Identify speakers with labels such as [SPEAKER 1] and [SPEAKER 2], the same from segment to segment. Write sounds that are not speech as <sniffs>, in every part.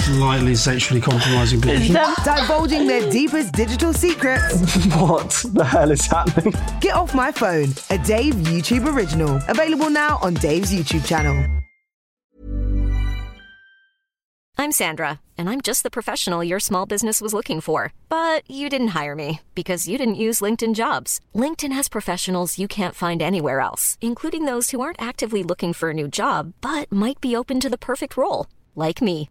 [SPEAKER 1] Slightly sexually compromising people.
[SPEAKER 2] Divulging their deepest digital secrets,
[SPEAKER 3] <laughs> what the hell is happening?
[SPEAKER 2] Get Off My Phone, a Dave YouTube original. Available now on Dave's YouTube channel.
[SPEAKER 4] I'm Sandra, and I'm just the professional your small business was looking for. But you didn't hire me because you didn't use LinkedIn jobs. LinkedIn has professionals you can't find anywhere else, including those who aren't actively looking for a new job but might be open to the perfect role, like me.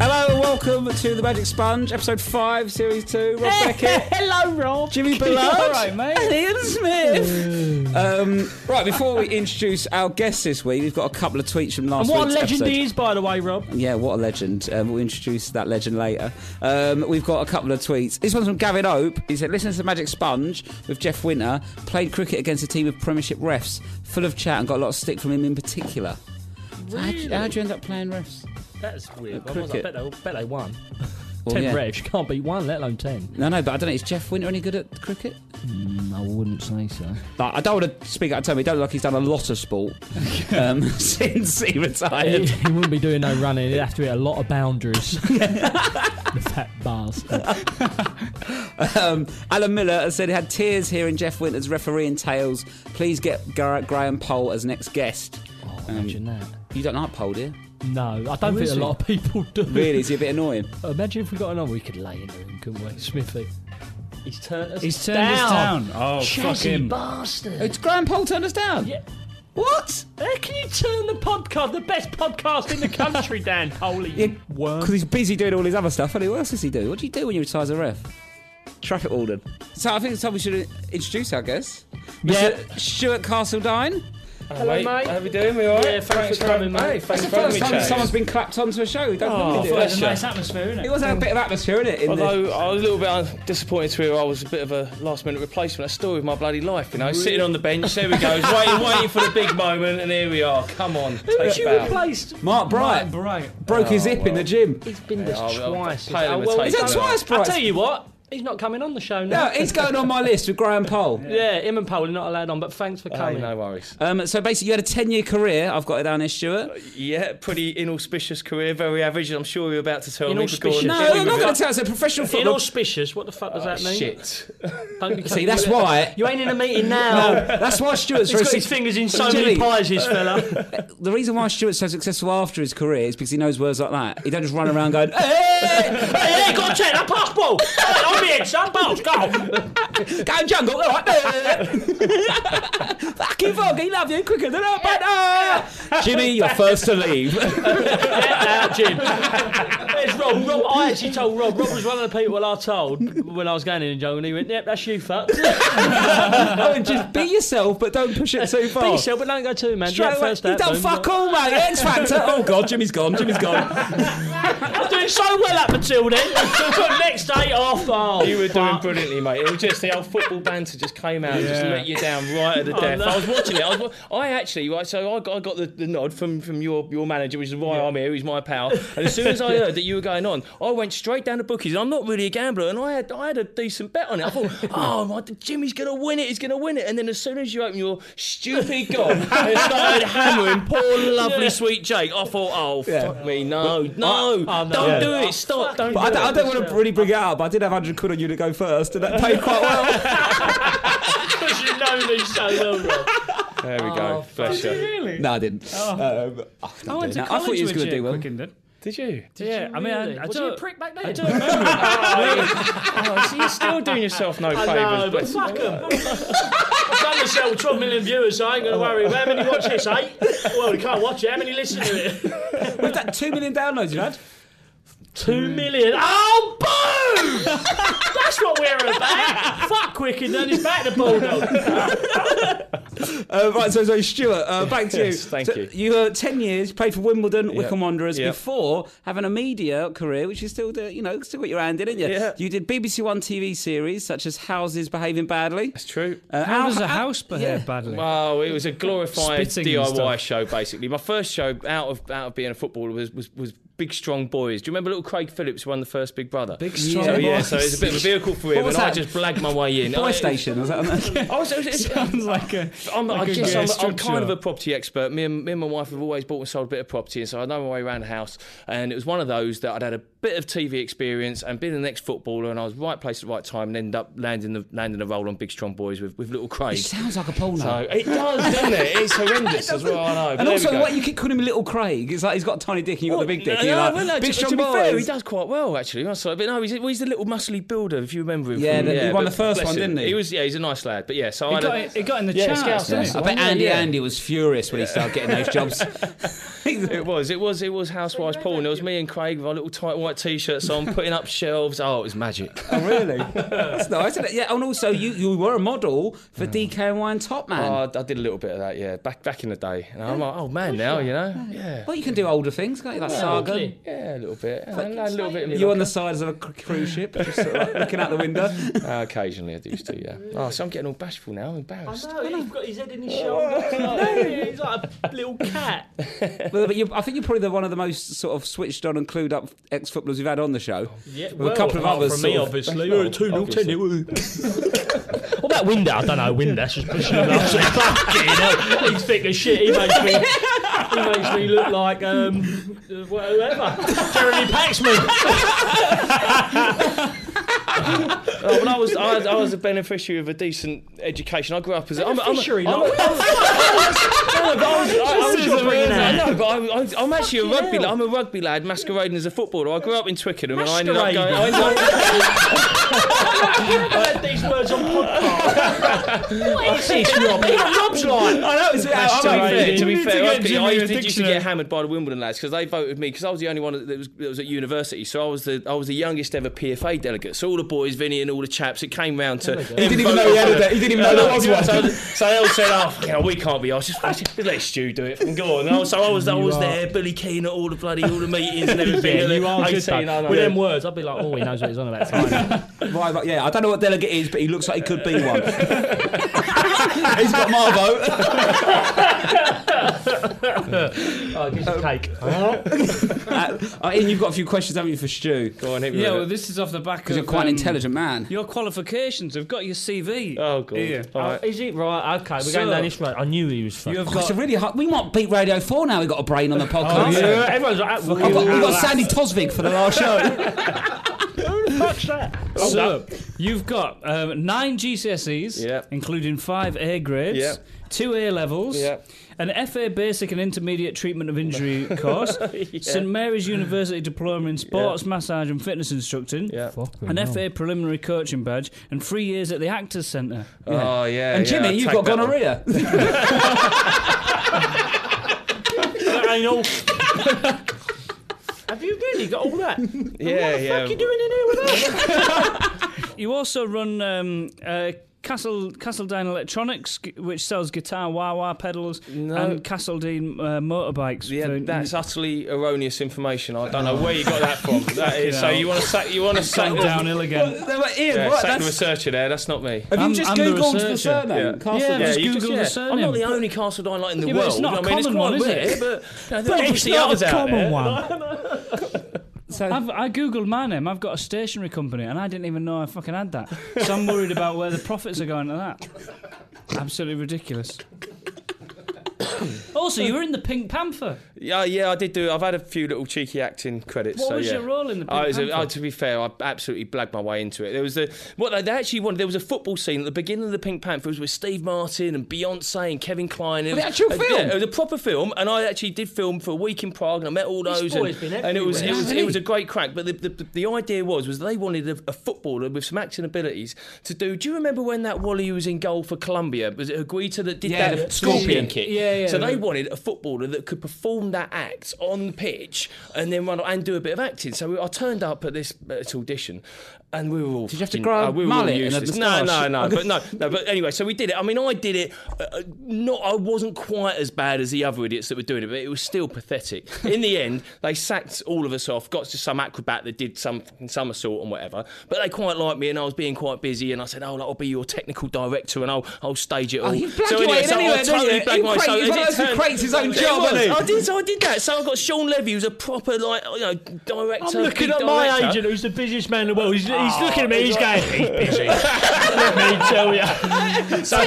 [SPEAKER 5] Hello and welcome to the Magic Sponge, episode five, series two.
[SPEAKER 6] <laughs>
[SPEAKER 5] Rob Beckett,
[SPEAKER 6] Hello, Rob. <laughs>
[SPEAKER 5] Jimmy Ballard,
[SPEAKER 6] All right,
[SPEAKER 5] and
[SPEAKER 6] mate.
[SPEAKER 5] Ian Smith. um, right, before we introduce our guests this week, we've got a couple of tweets from last
[SPEAKER 6] And what a
[SPEAKER 5] week's
[SPEAKER 6] legend
[SPEAKER 5] episode.
[SPEAKER 6] he is, by the way, Rob.
[SPEAKER 5] Yeah, what a legend. Um, we'll introduce that legend later. Um, we've got a couple of tweets. This one's from Gavin Hope. He said, Listen to the Magic Sponge with Jeff Winter. Played cricket against a team of Premiership refs. Full of chat and got a lot of stick from him in particular. So how do you- How do you end up playing refs?
[SPEAKER 6] That's weird.
[SPEAKER 5] Uh, cricket.
[SPEAKER 6] I bet they, bet they won.
[SPEAKER 5] Well,
[SPEAKER 6] ten
[SPEAKER 5] yeah.
[SPEAKER 6] refs. You can't beat one, let alone ten.
[SPEAKER 5] No, no, but I don't know. Is Jeff Winter any good at cricket?
[SPEAKER 6] I wouldn't say so.
[SPEAKER 5] Like, I don't want to speak out of turn. but He don't look like he's done a lot
[SPEAKER 6] <laughs>
[SPEAKER 5] of sport um, <laughs> since he
[SPEAKER 6] He,
[SPEAKER 5] retired.
[SPEAKER 6] he wouldn't be doing no running. He'd have to hit a lot of
[SPEAKER 5] <laughs>
[SPEAKER 6] boundaries. the fat bastard.
[SPEAKER 5] Um, Alan Miller has said he had tears hearing Jeff Winter's refereeing tales. Please get Gar- Graham Pole as next guest. Um,
[SPEAKER 6] Oh, imagine that.
[SPEAKER 5] You don't like Pole, do you?
[SPEAKER 6] No, I don't think a lot of people do.
[SPEAKER 5] Really? Is he a bit annoying?
[SPEAKER 6] Imagine if we got an on, we could lay into him, couldn't we? Smithy. He's turned us
[SPEAKER 7] He's turned
[SPEAKER 6] down.
[SPEAKER 7] us down. Oh, fuck
[SPEAKER 6] Chazzy
[SPEAKER 7] him.
[SPEAKER 6] bastard.
[SPEAKER 5] It's Graham Pole turned us down?
[SPEAKER 6] Yeah.
[SPEAKER 5] What?
[SPEAKER 6] How can you turn the podcast, the best podcast in the
[SPEAKER 5] <laughs>
[SPEAKER 6] country, Dan? Holy worm.
[SPEAKER 5] Because he's busy doing all his other stuff. Anyway, what else does he do? What do you do when you retire as a ref? Traffic warden. So I think it's time we should introduce our guest.
[SPEAKER 6] Yeah.
[SPEAKER 5] Mr. Stuart Castledine.
[SPEAKER 6] Hello, mate.
[SPEAKER 7] How we doing? We all right?
[SPEAKER 6] Yeah, thanks for coming, mate.
[SPEAKER 7] Hey, thanks
[SPEAKER 5] It's the
[SPEAKER 7] for having
[SPEAKER 5] first
[SPEAKER 7] me,
[SPEAKER 5] time
[SPEAKER 7] Chase.
[SPEAKER 5] someone's been clapped onto a show. We don't normally do
[SPEAKER 7] bless
[SPEAKER 5] it.
[SPEAKER 7] you.
[SPEAKER 6] nice atmosphere, isn't
[SPEAKER 5] It
[SPEAKER 6] Oh, it?
[SPEAKER 5] was a bit of atmosphere, innit? In the-
[SPEAKER 7] Although I was a little bit disappointed to hear I was a bit of a last minute replacement. That's still with my bloody life, you know. Sitting on the bench, there we go. Just waiting, waiting for the big moment, and here we are. Come on, take
[SPEAKER 6] you
[SPEAKER 7] it back.
[SPEAKER 6] replaced?
[SPEAKER 5] Mark Bright.
[SPEAKER 6] Bright.
[SPEAKER 5] broke his hip in the gym.
[SPEAKER 6] He's been this
[SPEAKER 7] Yeah, I'll- I'll
[SPEAKER 6] twice.
[SPEAKER 7] pay him a taste
[SPEAKER 5] Is that
[SPEAKER 7] Don't-
[SPEAKER 5] twice,
[SPEAKER 6] I
[SPEAKER 5] Bryce?
[SPEAKER 6] tell you what, he's not coming on the show
[SPEAKER 5] No,
[SPEAKER 6] now.
[SPEAKER 5] it's going on my list with Graham Pole.
[SPEAKER 6] <laughs> yeah, him and Paul are not allowed on, but thanks for
[SPEAKER 7] Hey,
[SPEAKER 6] coming.
[SPEAKER 7] Oh, no worries.
[SPEAKER 5] Um, so basically, you had a 10 year career. I've got it down here, Stuart.
[SPEAKER 7] Yeah, pretty inauspicious career, very average. and I'm sure you're about to tell
[SPEAKER 6] Inauspicious.
[SPEAKER 7] me.
[SPEAKER 5] No,
[SPEAKER 6] Yeah,
[SPEAKER 5] I'm not going to tell us a professional football.
[SPEAKER 6] Inauspicious, what the fuck does that mean?
[SPEAKER 7] Oh, Shit.
[SPEAKER 6] Don't be
[SPEAKER 5] See, that's why.
[SPEAKER 6] You ain't in a meeting
[SPEAKER 7] <laughs>
[SPEAKER 6] now.
[SPEAKER 5] That's why Stuart's
[SPEAKER 6] He's
[SPEAKER 5] very
[SPEAKER 6] got his
[SPEAKER 5] suc-
[SPEAKER 6] fingers in so
[SPEAKER 5] Jimmy,
[SPEAKER 6] many pies, his fella.
[SPEAKER 5] <laughs> The reason why Stuart's so successful after his career is because he knows words like that. He don't just run around going, "Hey,
[SPEAKER 6] hey, hey, go on, check that passport. I'm here, son, balls, go.
[SPEAKER 5] go and jungle, all right." eh." <laughs> Fucking foggy, love you quicker than a banana. Jimmy, you're first
[SPEAKER 6] <laughs>
[SPEAKER 5] to leave.
[SPEAKER 6] Get out, Jim. There's Rob. Rob, I
[SPEAKER 5] <laughs>
[SPEAKER 6] actually told Rob. Rob was one of the people I told when I was going in the jungle. And he went, "Yep, that's you, fuck."
[SPEAKER 5] I mean, Oh, just be yourself, but don't push it too far.
[SPEAKER 6] Be yourself, but don't go too, man.
[SPEAKER 5] Straight
[SPEAKER 6] yeah,
[SPEAKER 5] away,
[SPEAKER 6] first
[SPEAKER 5] you
[SPEAKER 6] out,
[SPEAKER 5] done
[SPEAKER 6] boom.
[SPEAKER 5] fuck all, mate. X Factor. Oh God, Jimmy's gone. Jimmy's gone.
[SPEAKER 6] doing so well up until then. Took next day off. Oh,
[SPEAKER 7] you were doing
[SPEAKER 6] fuck.
[SPEAKER 7] brilliantly, mate. It was just the old football banter just came out and just
[SPEAKER 6] Yeah.
[SPEAKER 7] let you down right at the
[SPEAKER 6] Oh,
[SPEAKER 7] death.
[SPEAKER 6] no.
[SPEAKER 7] I was watching it. I, was, wa- I actually, right, so I got, I got the, the nod from, from your, your manager, which is why I'm here. He's my pal. And as soon as I
[SPEAKER 6] Yeah.
[SPEAKER 7] heard that you were going on, I went straight down to bookies. And I'm not really a gambler, and I had I had a decent bet on it. I thought, oh, my, Jimmy's going to win it. He's going to win it. And then as soon as you open your stupid gob and started hammering poor lovely
[SPEAKER 6] Yeah.
[SPEAKER 7] sweet Jake, I thought, oh fuck me, no, no,
[SPEAKER 5] Oh, no.
[SPEAKER 7] don't
[SPEAKER 5] Yeah.
[SPEAKER 7] do it, stop, don't.
[SPEAKER 5] But I
[SPEAKER 7] do
[SPEAKER 5] don't,
[SPEAKER 7] it.
[SPEAKER 5] I don't want to really bring it up. but I did have 100 quid on you to go first, and that paid quite
[SPEAKER 6] <laughs>
[SPEAKER 5] well.
[SPEAKER 6] Because you know me so well, Oh, Rob.
[SPEAKER 7] There we go. Bless you.
[SPEAKER 8] really?
[SPEAKER 5] no, I didn't. Um, oh,
[SPEAKER 8] I went
[SPEAKER 5] don't
[SPEAKER 8] to
[SPEAKER 5] do that. I thought
[SPEAKER 8] college
[SPEAKER 5] you was
[SPEAKER 8] with
[SPEAKER 5] going to
[SPEAKER 8] Jake
[SPEAKER 5] do well.
[SPEAKER 8] Quicken, did.
[SPEAKER 7] Did you?
[SPEAKER 8] Did
[SPEAKER 6] Yeah,
[SPEAKER 8] you
[SPEAKER 6] I mean, I, I
[SPEAKER 8] Was
[SPEAKER 6] don't.
[SPEAKER 8] you a prick back then?
[SPEAKER 6] I don't <laughs> remember. Oh,
[SPEAKER 7] Oh, so you're still doing yourself no
[SPEAKER 6] I know, but
[SPEAKER 7] favours.
[SPEAKER 6] fuck 'em. I've done this show with 12 million viewers, so I ain't going to worry. How many watch this, eh? Well, you can't watch it. How many listen to it?
[SPEAKER 5] Was that 2 million downloads you had?
[SPEAKER 6] Two million. Oh, boom! That's what we're about. Fuck Quicken, then he's back to Bulldog.
[SPEAKER 5] Uh, right, so, so Stuart, uh, back to
[SPEAKER 7] Yes,
[SPEAKER 5] you.
[SPEAKER 7] thank
[SPEAKER 5] So
[SPEAKER 7] you.
[SPEAKER 5] You were 10 years, played for Wimbledon, Wickham Wanderers,
[SPEAKER 7] Yep.
[SPEAKER 5] before having a media career, which you still, do, you know, still got your hand in, didn't you?
[SPEAKER 7] Yeah.
[SPEAKER 5] You did BBC One TV series, such as Houses Behaving Badly.
[SPEAKER 7] That's true.
[SPEAKER 5] Uh,
[SPEAKER 8] How does a
[SPEAKER 5] Al-
[SPEAKER 8] house behave
[SPEAKER 5] yeah.
[SPEAKER 8] badly?
[SPEAKER 7] Wow, it was a glorified
[SPEAKER 8] Spitting and
[SPEAKER 7] DIY
[SPEAKER 8] stuff.
[SPEAKER 7] show, basically. My first show out of out of being a footballer was, was was Big Strong Boys. Do you remember little Craig Phillips who won the first Big Brother?
[SPEAKER 8] Big Strong
[SPEAKER 7] So, yeah,
[SPEAKER 8] Boys.
[SPEAKER 7] so it was a bit of a vehicle for him,
[SPEAKER 5] What was
[SPEAKER 7] and I
[SPEAKER 5] that?
[SPEAKER 7] just blagged my way in. Oh,
[SPEAKER 5] Boy
[SPEAKER 7] I-
[SPEAKER 5] Station, was that on that?
[SPEAKER 7] I was, it was- it was-
[SPEAKER 8] <laughs> Sounds like a.
[SPEAKER 7] I'm,
[SPEAKER 8] like
[SPEAKER 7] I
[SPEAKER 8] a gay
[SPEAKER 7] guess I'm, I'm
[SPEAKER 8] strip
[SPEAKER 7] kind of
[SPEAKER 8] show.
[SPEAKER 7] a property expert. Me and, me and my wife have always bought and sold a bit of property, and so I know my way around the house. And it was one of those that I'd had a bit of TV experience and been an ex footballer, and I was right place at the right time, and ended up landing the landing the role on Big Strong Boys with, with little Craig.
[SPEAKER 5] It sounds like a porno.
[SPEAKER 7] So it does, doesn't it?
[SPEAKER 5] <laughs>
[SPEAKER 7] It's horrendous as well. I know. but
[SPEAKER 5] and
[SPEAKER 7] there
[SPEAKER 5] also,
[SPEAKER 7] we
[SPEAKER 5] the
[SPEAKER 7] go.
[SPEAKER 5] way you keep calling him Little Craig, it's like he's got a tiny dick and you've got the big dick.
[SPEAKER 7] No,
[SPEAKER 5] and you're like,
[SPEAKER 7] well, no,
[SPEAKER 5] big
[SPEAKER 7] to,
[SPEAKER 5] strong
[SPEAKER 7] to be
[SPEAKER 5] boys.
[SPEAKER 7] fair, he does quite well actually. That's right. But no, he's, well, he's a little muscly builder. If you remember him,
[SPEAKER 5] Yeah,
[SPEAKER 7] from,
[SPEAKER 5] the- he won
[SPEAKER 7] but
[SPEAKER 5] the first
[SPEAKER 7] bless
[SPEAKER 5] one,
[SPEAKER 7] him.
[SPEAKER 5] didn't he?
[SPEAKER 7] He was, yeah, he's a nice lad. But yeah, so I
[SPEAKER 8] It
[SPEAKER 7] had
[SPEAKER 8] got,
[SPEAKER 7] a-
[SPEAKER 8] it, it got in the
[SPEAKER 7] Yeah,
[SPEAKER 8] charts.
[SPEAKER 7] Scouts,
[SPEAKER 8] didn't
[SPEAKER 7] yeah.
[SPEAKER 8] it?
[SPEAKER 5] I bet
[SPEAKER 8] One
[SPEAKER 5] Andy
[SPEAKER 8] year.
[SPEAKER 5] Andy was furious when he started
[SPEAKER 7] <laughs>
[SPEAKER 5] getting those jobs.
[SPEAKER 7] It was, it was, it was Housewives Paul, and it was me and Craig with our little tight white t-shirts on, putting up shelves. Oh, it was magic.
[SPEAKER 5] Oh,
[SPEAKER 7] <laughs>
[SPEAKER 5] really? That's nice, isn't it? Yeah, and also you, you were a model for DKNY and Top Man.
[SPEAKER 7] Hmm. Oh, I, I did a little bit of that, yeah, back back in the day. And I'm like, oh man, now you know, yeah,
[SPEAKER 5] well, you can do older things, can't you? Like Sargon.
[SPEAKER 7] yeah, a little bit, yeah, a little bit. of me
[SPEAKER 5] You're
[SPEAKER 7] like-
[SPEAKER 5] on the sides of a cr- cruise ship, just
[SPEAKER 7] <laughs>
[SPEAKER 5] sort of like looking out the window.
[SPEAKER 7] Uh, occasionally, I do used to, yeah. Oh, so I'm getting all bashful now. I'm embarrassed.
[SPEAKER 6] I know, he's got his head in his shoulder. Yeah, he's like a little cat.
[SPEAKER 5] Well, but you, I think you're probably the, one of the most sort of switched on and clued up ex footballers we've had on the show.
[SPEAKER 7] Oh,
[SPEAKER 6] Yeah,
[SPEAKER 5] With
[SPEAKER 6] well,
[SPEAKER 5] a couple of
[SPEAKER 6] apart
[SPEAKER 5] others.
[SPEAKER 6] From me,
[SPEAKER 5] sort of-
[SPEAKER 6] obviously. We're at 2 0
[SPEAKER 7] Obviously.
[SPEAKER 6] 10. What <laughs> about Winder? I don't know. Winder, that's just pushing him out. Fucking hell. He's thick as shit. He makes me, he makes me look like um, uh, whatever. Jeremy Paxman.
[SPEAKER 7] Oh, well, I was I, I was a beneficiary of a decent education. I grew up as a, I'm, a- I'm, a-
[SPEAKER 6] Beneficiary,
[SPEAKER 7] I'm, a-
[SPEAKER 6] not-
[SPEAKER 7] I'm a- No, no, but
[SPEAKER 6] <laughs>
[SPEAKER 7] I was- I- I was
[SPEAKER 6] This
[SPEAKER 7] just
[SPEAKER 6] is
[SPEAKER 7] bringing
[SPEAKER 6] amazing.
[SPEAKER 7] that. No, but I, was- I'm actually a rugby. Lad. I'm a rugby lad masquerading as a footballer. I grew up in Twickenham, and I ended up going. I ended up,
[SPEAKER 6] <laughs>
[SPEAKER 7] <laughs>
[SPEAKER 6] I heard these words on
[SPEAKER 7] <laughs>
[SPEAKER 6] podcast. what is this, Rob? Even Rob's like.
[SPEAKER 7] I know it's
[SPEAKER 8] That's
[SPEAKER 7] to be
[SPEAKER 8] right. You need
[SPEAKER 7] fair, to be
[SPEAKER 8] to
[SPEAKER 7] fair,
[SPEAKER 8] get
[SPEAKER 7] rugby,
[SPEAKER 8] Jimmy
[SPEAKER 7] I
[SPEAKER 8] a
[SPEAKER 7] used to, used to
[SPEAKER 8] dictionary.
[SPEAKER 7] get hammered by the Wimbledon lads because they voted me because I was the only one that was, that was at university, so I was the I was the youngest ever PFA delegate. So all the boys, Vinny and all the chaps, it came round
[SPEAKER 6] Oh
[SPEAKER 7] to.
[SPEAKER 5] He didn't even know he had a He didn't even know there was one.
[SPEAKER 7] So, so they all said, "Oh, fucking hell, we can't be asked. Just, just let Stu do it. Fucking go on." And I was- so I was, I was there, Billy Keane at all the bloody all the meetings and everything.
[SPEAKER 6] <laughs> Yeah, you
[SPEAKER 7] And then
[SPEAKER 6] are good,
[SPEAKER 7] 18, I
[SPEAKER 6] though.
[SPEAKER 7] know.
[SPEAKER 6] With them words, I'd be like, oh, he knows what he's on about. Tiny.
[SPEAKER 5] Right, but yeah, I don't know what delegate is, but he looks like he could be one. He's got my vote.
[SPEAKER 6] oh, give us a cake.
[SPEAKER 5] Uh, uh, Ian, you've got a few questions, haven't you, for Stu?
[SPEAKER 7] Go on, hit me
[SPEAKER 8] Yeah,
[SPEAKER 7] with
[SPEAKER 8] well,
[SPEAKER 7] it.
[SPEAKER 8] this is off the back of.
[SPEAKER 5] Because you're quite an
[SPEAKER 8] um,
[SPEAKER 5] intelligent man.
[SPEAKER 8] Your qualifications. We've got your CV.
[SPEAKER 7] Oh, God.
[SPEAKER 8] here.
[SPEAKER 7] All right.
[SPEAKER 6] Oh, is it right? Okay, we're going
[SPEAKER 8] So-
[SPEAKER 6] down this road. I knew he was fucking.
[SPEAKER 8] You have
[SPEAKER 5] Oh, it's
[SPEAKER 8] got. Oh,
[SPEAKER 5] a really hard. We might beat Radio 4 now. We've got a brain on the podcast.
[SPEAKER 6] Yeah, everyone's like, "Ah,
[SPEAKER 5] I've got,
[SPEAKER 6] well,
[SPEAKER 5] we've got
[SPEAKER 6] ah,
[SPEAKER 5] Sandy Tosvig for the
[SPEAKER 8] <laughs>
[SPEAKER 5] last show. Oh,
[SPEAKER 6] Fuck's that?
[SPEAKER 8] So, you've got um, nine GCSEs,
[SPEAKER 7] Yep.
[SPEAKER 8] including five A grades,
[SPEAKER 7] Yep.
[SPEAKER 8] two A levels,
[SPEAKER 7] Yep.
[SPEAKER 8] an FA Basic and Intermediate Treatment of
[SPEAKER 5] <laughs>
[SPEAKER 8] Injury course, St Mary's University Diploma in Sports, Massage and Fitness Instructing,
[SPEAKER 7] Yeah.
[SPEAKER 8] an FA Preliminary Coaching Badge, and three years at the Actors Centre.
[SPEAKER 7] Oh yeah. yeah,
[SPEAKER 5] and Jimmy,
[SPEAKER 7] I'll
[SPEAKER 5] you've
[SPEAKER 7] take
[SPEAKER 5] got
[SPEAKER 7] that one.
[SPEAKER 5] gonorrhea.
[SPEAKER 6] That ain't
[SPEAKER 5] <laughs>
[SPEAKER 6] all. Have you really got all that?
[SPEAKER 7] Yeah,
[SPEAKER 6] What the
[SPEAKER 7] yeah.
[SPEAKER 8] <laughs>
[SPEAKER 6] fuck are you doing in here with that?
[SPEAKER 8] You also run um, uh, Castle Castledine Electronics, g- which sells guitar wah wah pedals and Castledine uh, motorbikes.
[SPEAKER 7] Yeah,
[SPEAKER 8] for-
[SPEAKER 7] that's utterly erroneous information. I don't know where you got
[SPEAKER 8] <laughs>
[SPEAKER 7] that from. That is so. You want to sack? You want to
[SPEAKER 8] It's
[SPEAKER 7] sack
[SPEAKER 8] gone downhill again.
[SPEAKER 5] Well, no, but Ian,
[SPEAKER 7] yeah,
[SPEAKER 5] what?
[SPEAKER 7] sack the
[SPEAKER 5] That's-
[SPEAKER 7] researcher there. That's not me.
[SPEAKER 5] Have you I'm- just I'm the Googled the researcher. surname,
[SPEAKER 7] Yeah.
[SPEAKER 5] Castle-
[SPEAKER 7] Yeah,
[SPEAKER 5] Yeah,
[SPEAKER 7] just
[SPEAKER 5] you
[SPEAKER 7] Google
[SPEAKER 5] just-
[SPEAKER 7] the
[SPEAKER 5] yeah.
[SPEAKER 7] surname. I'm not the only Castle Dine light in the
[SPEAKER 8] Yeah, but
[SPEAKER 7] world.
[SPEAKER 8] it's not
[SPEAKER 7] I
[SPEAKER 8] a
[SPEAKER 7] mean, it's
[SPEAKER 8] common
[SPEAKER 7] quite
[SPEAKER 8] one, is
[SPEAKER 7] rare,
[SPEAKER 8] it?
[SPEAKER 7] But, no,
[SPEAKER 8] But
[SPEAKER 7] there's obviously
[SPEAKER 8] it's not a
[SPEAKER 7] others out
[SPEAKER 8] common
[SPEAKER 7] there.
[SPEAKER 8] one.
[SPEAKER 6] <laughs>
[SPEAKER 5] So
[SPEAKER 8] I've, I googled my name. I've got a stationery company, and I didn't even know I fucking had that. So I'm worried about where the profits are going to that. Absolutely ridiculous. <coughs> also, you were in the Pink Panther.
[SPEAKER 7] Yeah, yeah, I did do. I've had a few little cheeky acting credits.
[SPEAKER 8] What
[SPEAKER 7] so,
[SPEAKER 8] was
[SPEAKER 7] yeah.
[SPEAKER 8] your role in the Pink
[SPEAKER 7] I was a-
[SPEAKER 8] Panther?
[SPEAKER 7] oh, to be fair, I absolutely blagged my way into it. There was a what they- they actually wanted. There was a football scene at the beginning of the Pink Panther. It was with Steve Martin and Beyonce and Kevin Klein. It
[SPEAKER 5] the
[SPEAKER 7] was-
[SPEAKER 5] actual
[SPEAKER 7] uh,
[SPEAKER 5] film?
[SPEAKER 7] Yeah, it was a proper film, and I actually did film for a week in Prague, and I met all
[SPEAKER 6] This
[SPEAKER 7] those.
[SPEAKER 6] boy's
[SPEAKER 7] and,
[SPEAKER 6] been
[SPEAKER 7] and it was it
[SPEAKER 6] everywhere.
[SPEAKER 7] was,
[SPEAKER 6] Hasn't
[SPEAKER 7] it
[SPEAKER 6] he?
[SPEAKER 7] was a great crack. But the, the, the idea was was they wanted a, a footballer with some acting abilities to do. Do you remember when that Wally was in goal for Colombia? Was it Aguita that did
[SPEAKER 5] Yeah,
[SPEAKER 7] that
[SPEAKER 5] the
[SPEAKER 7] scorpion
[SPEAKER 5] scorpion.
[SPEAKER 7] kick?
[SPEAKER 5] Yeah, yeah,
[SPEAKER 7] So they
[SPEAKER 5] the-
[SPEAKER 7] wanted a footballer that could perform that act on the pitch and then run and do a bit of acting. So we, I turned up at this at audition, and we were all. Did you
[SPEAKER 5] have to grow a
[SPEAKER 7] we were all
[SPEAKER 5] mullet and a
[SPEAKER 7] useless. No, no,
[SPEAKER 5] moustache?
[SPEAKER 7] no, but no, no. But anyway, so we did it. I mean, I did it. uh, Uh, not, I wasn't quite as bad as the other idiots that were doing it, but it was still pathetic. In the end, they sacked all of us off. Got to some acrobat that did some somersault and whatever. But they quite liked me, and I was being quite busy. And I said, "Oh, like, I'll be your technical director, and I'll I'll stage it all."
[SPEAKER 5] Oh, you
[SPEAKER 7] so
[SPEAKER 5] blagged your way in
[SPEAKER 7] so
[SPEAKER 5] anyway,
[SPEAKER 7] I
[SPEAKER 5] didn't
[SPEAKER 7] totally
[SPEAKER 5] you?
[SPEAKER 7] blagged
[SPEAKER 5] You
[SPEAKER 7] my-
[SPEAKER 5] create-
[SPEAKER 7] so
[SPEAKER 5] he's
[SPEAKER 7] as
[SPEAKER 5] one of
[SPEAKER 7] it
[SPEAKER 5] those who
[SPEAKER 7] turned-
[SPEAKER 5] creates his own
[SPEAKER 7] It
[SPEAKER 5] job,
[SPEAKER 7] was.
[SPEAKER 5] isn't he?
[SPEAKER 7] I did. So I did that. So I got Sean Levy, who's a proper like you know director.
[SPEAKER 6] I'm looking
[SPEAKER 7] big
[SPEAKER 6] at my
[SPEAKER 7] director.
[SPEAKER 6] agent, who's the busiest man in the world. He's, he's
[SPEAKER 7] Oh,
[SPEAKER 6] looking at me. He's going,
[SPEAKER 7] right.
[SPEAKER 6] he's
[SPEAKER 8] <laughs>
[SPEAKER 6] busy. Let me tell you.
[SPEAKER 7] <laughs> So,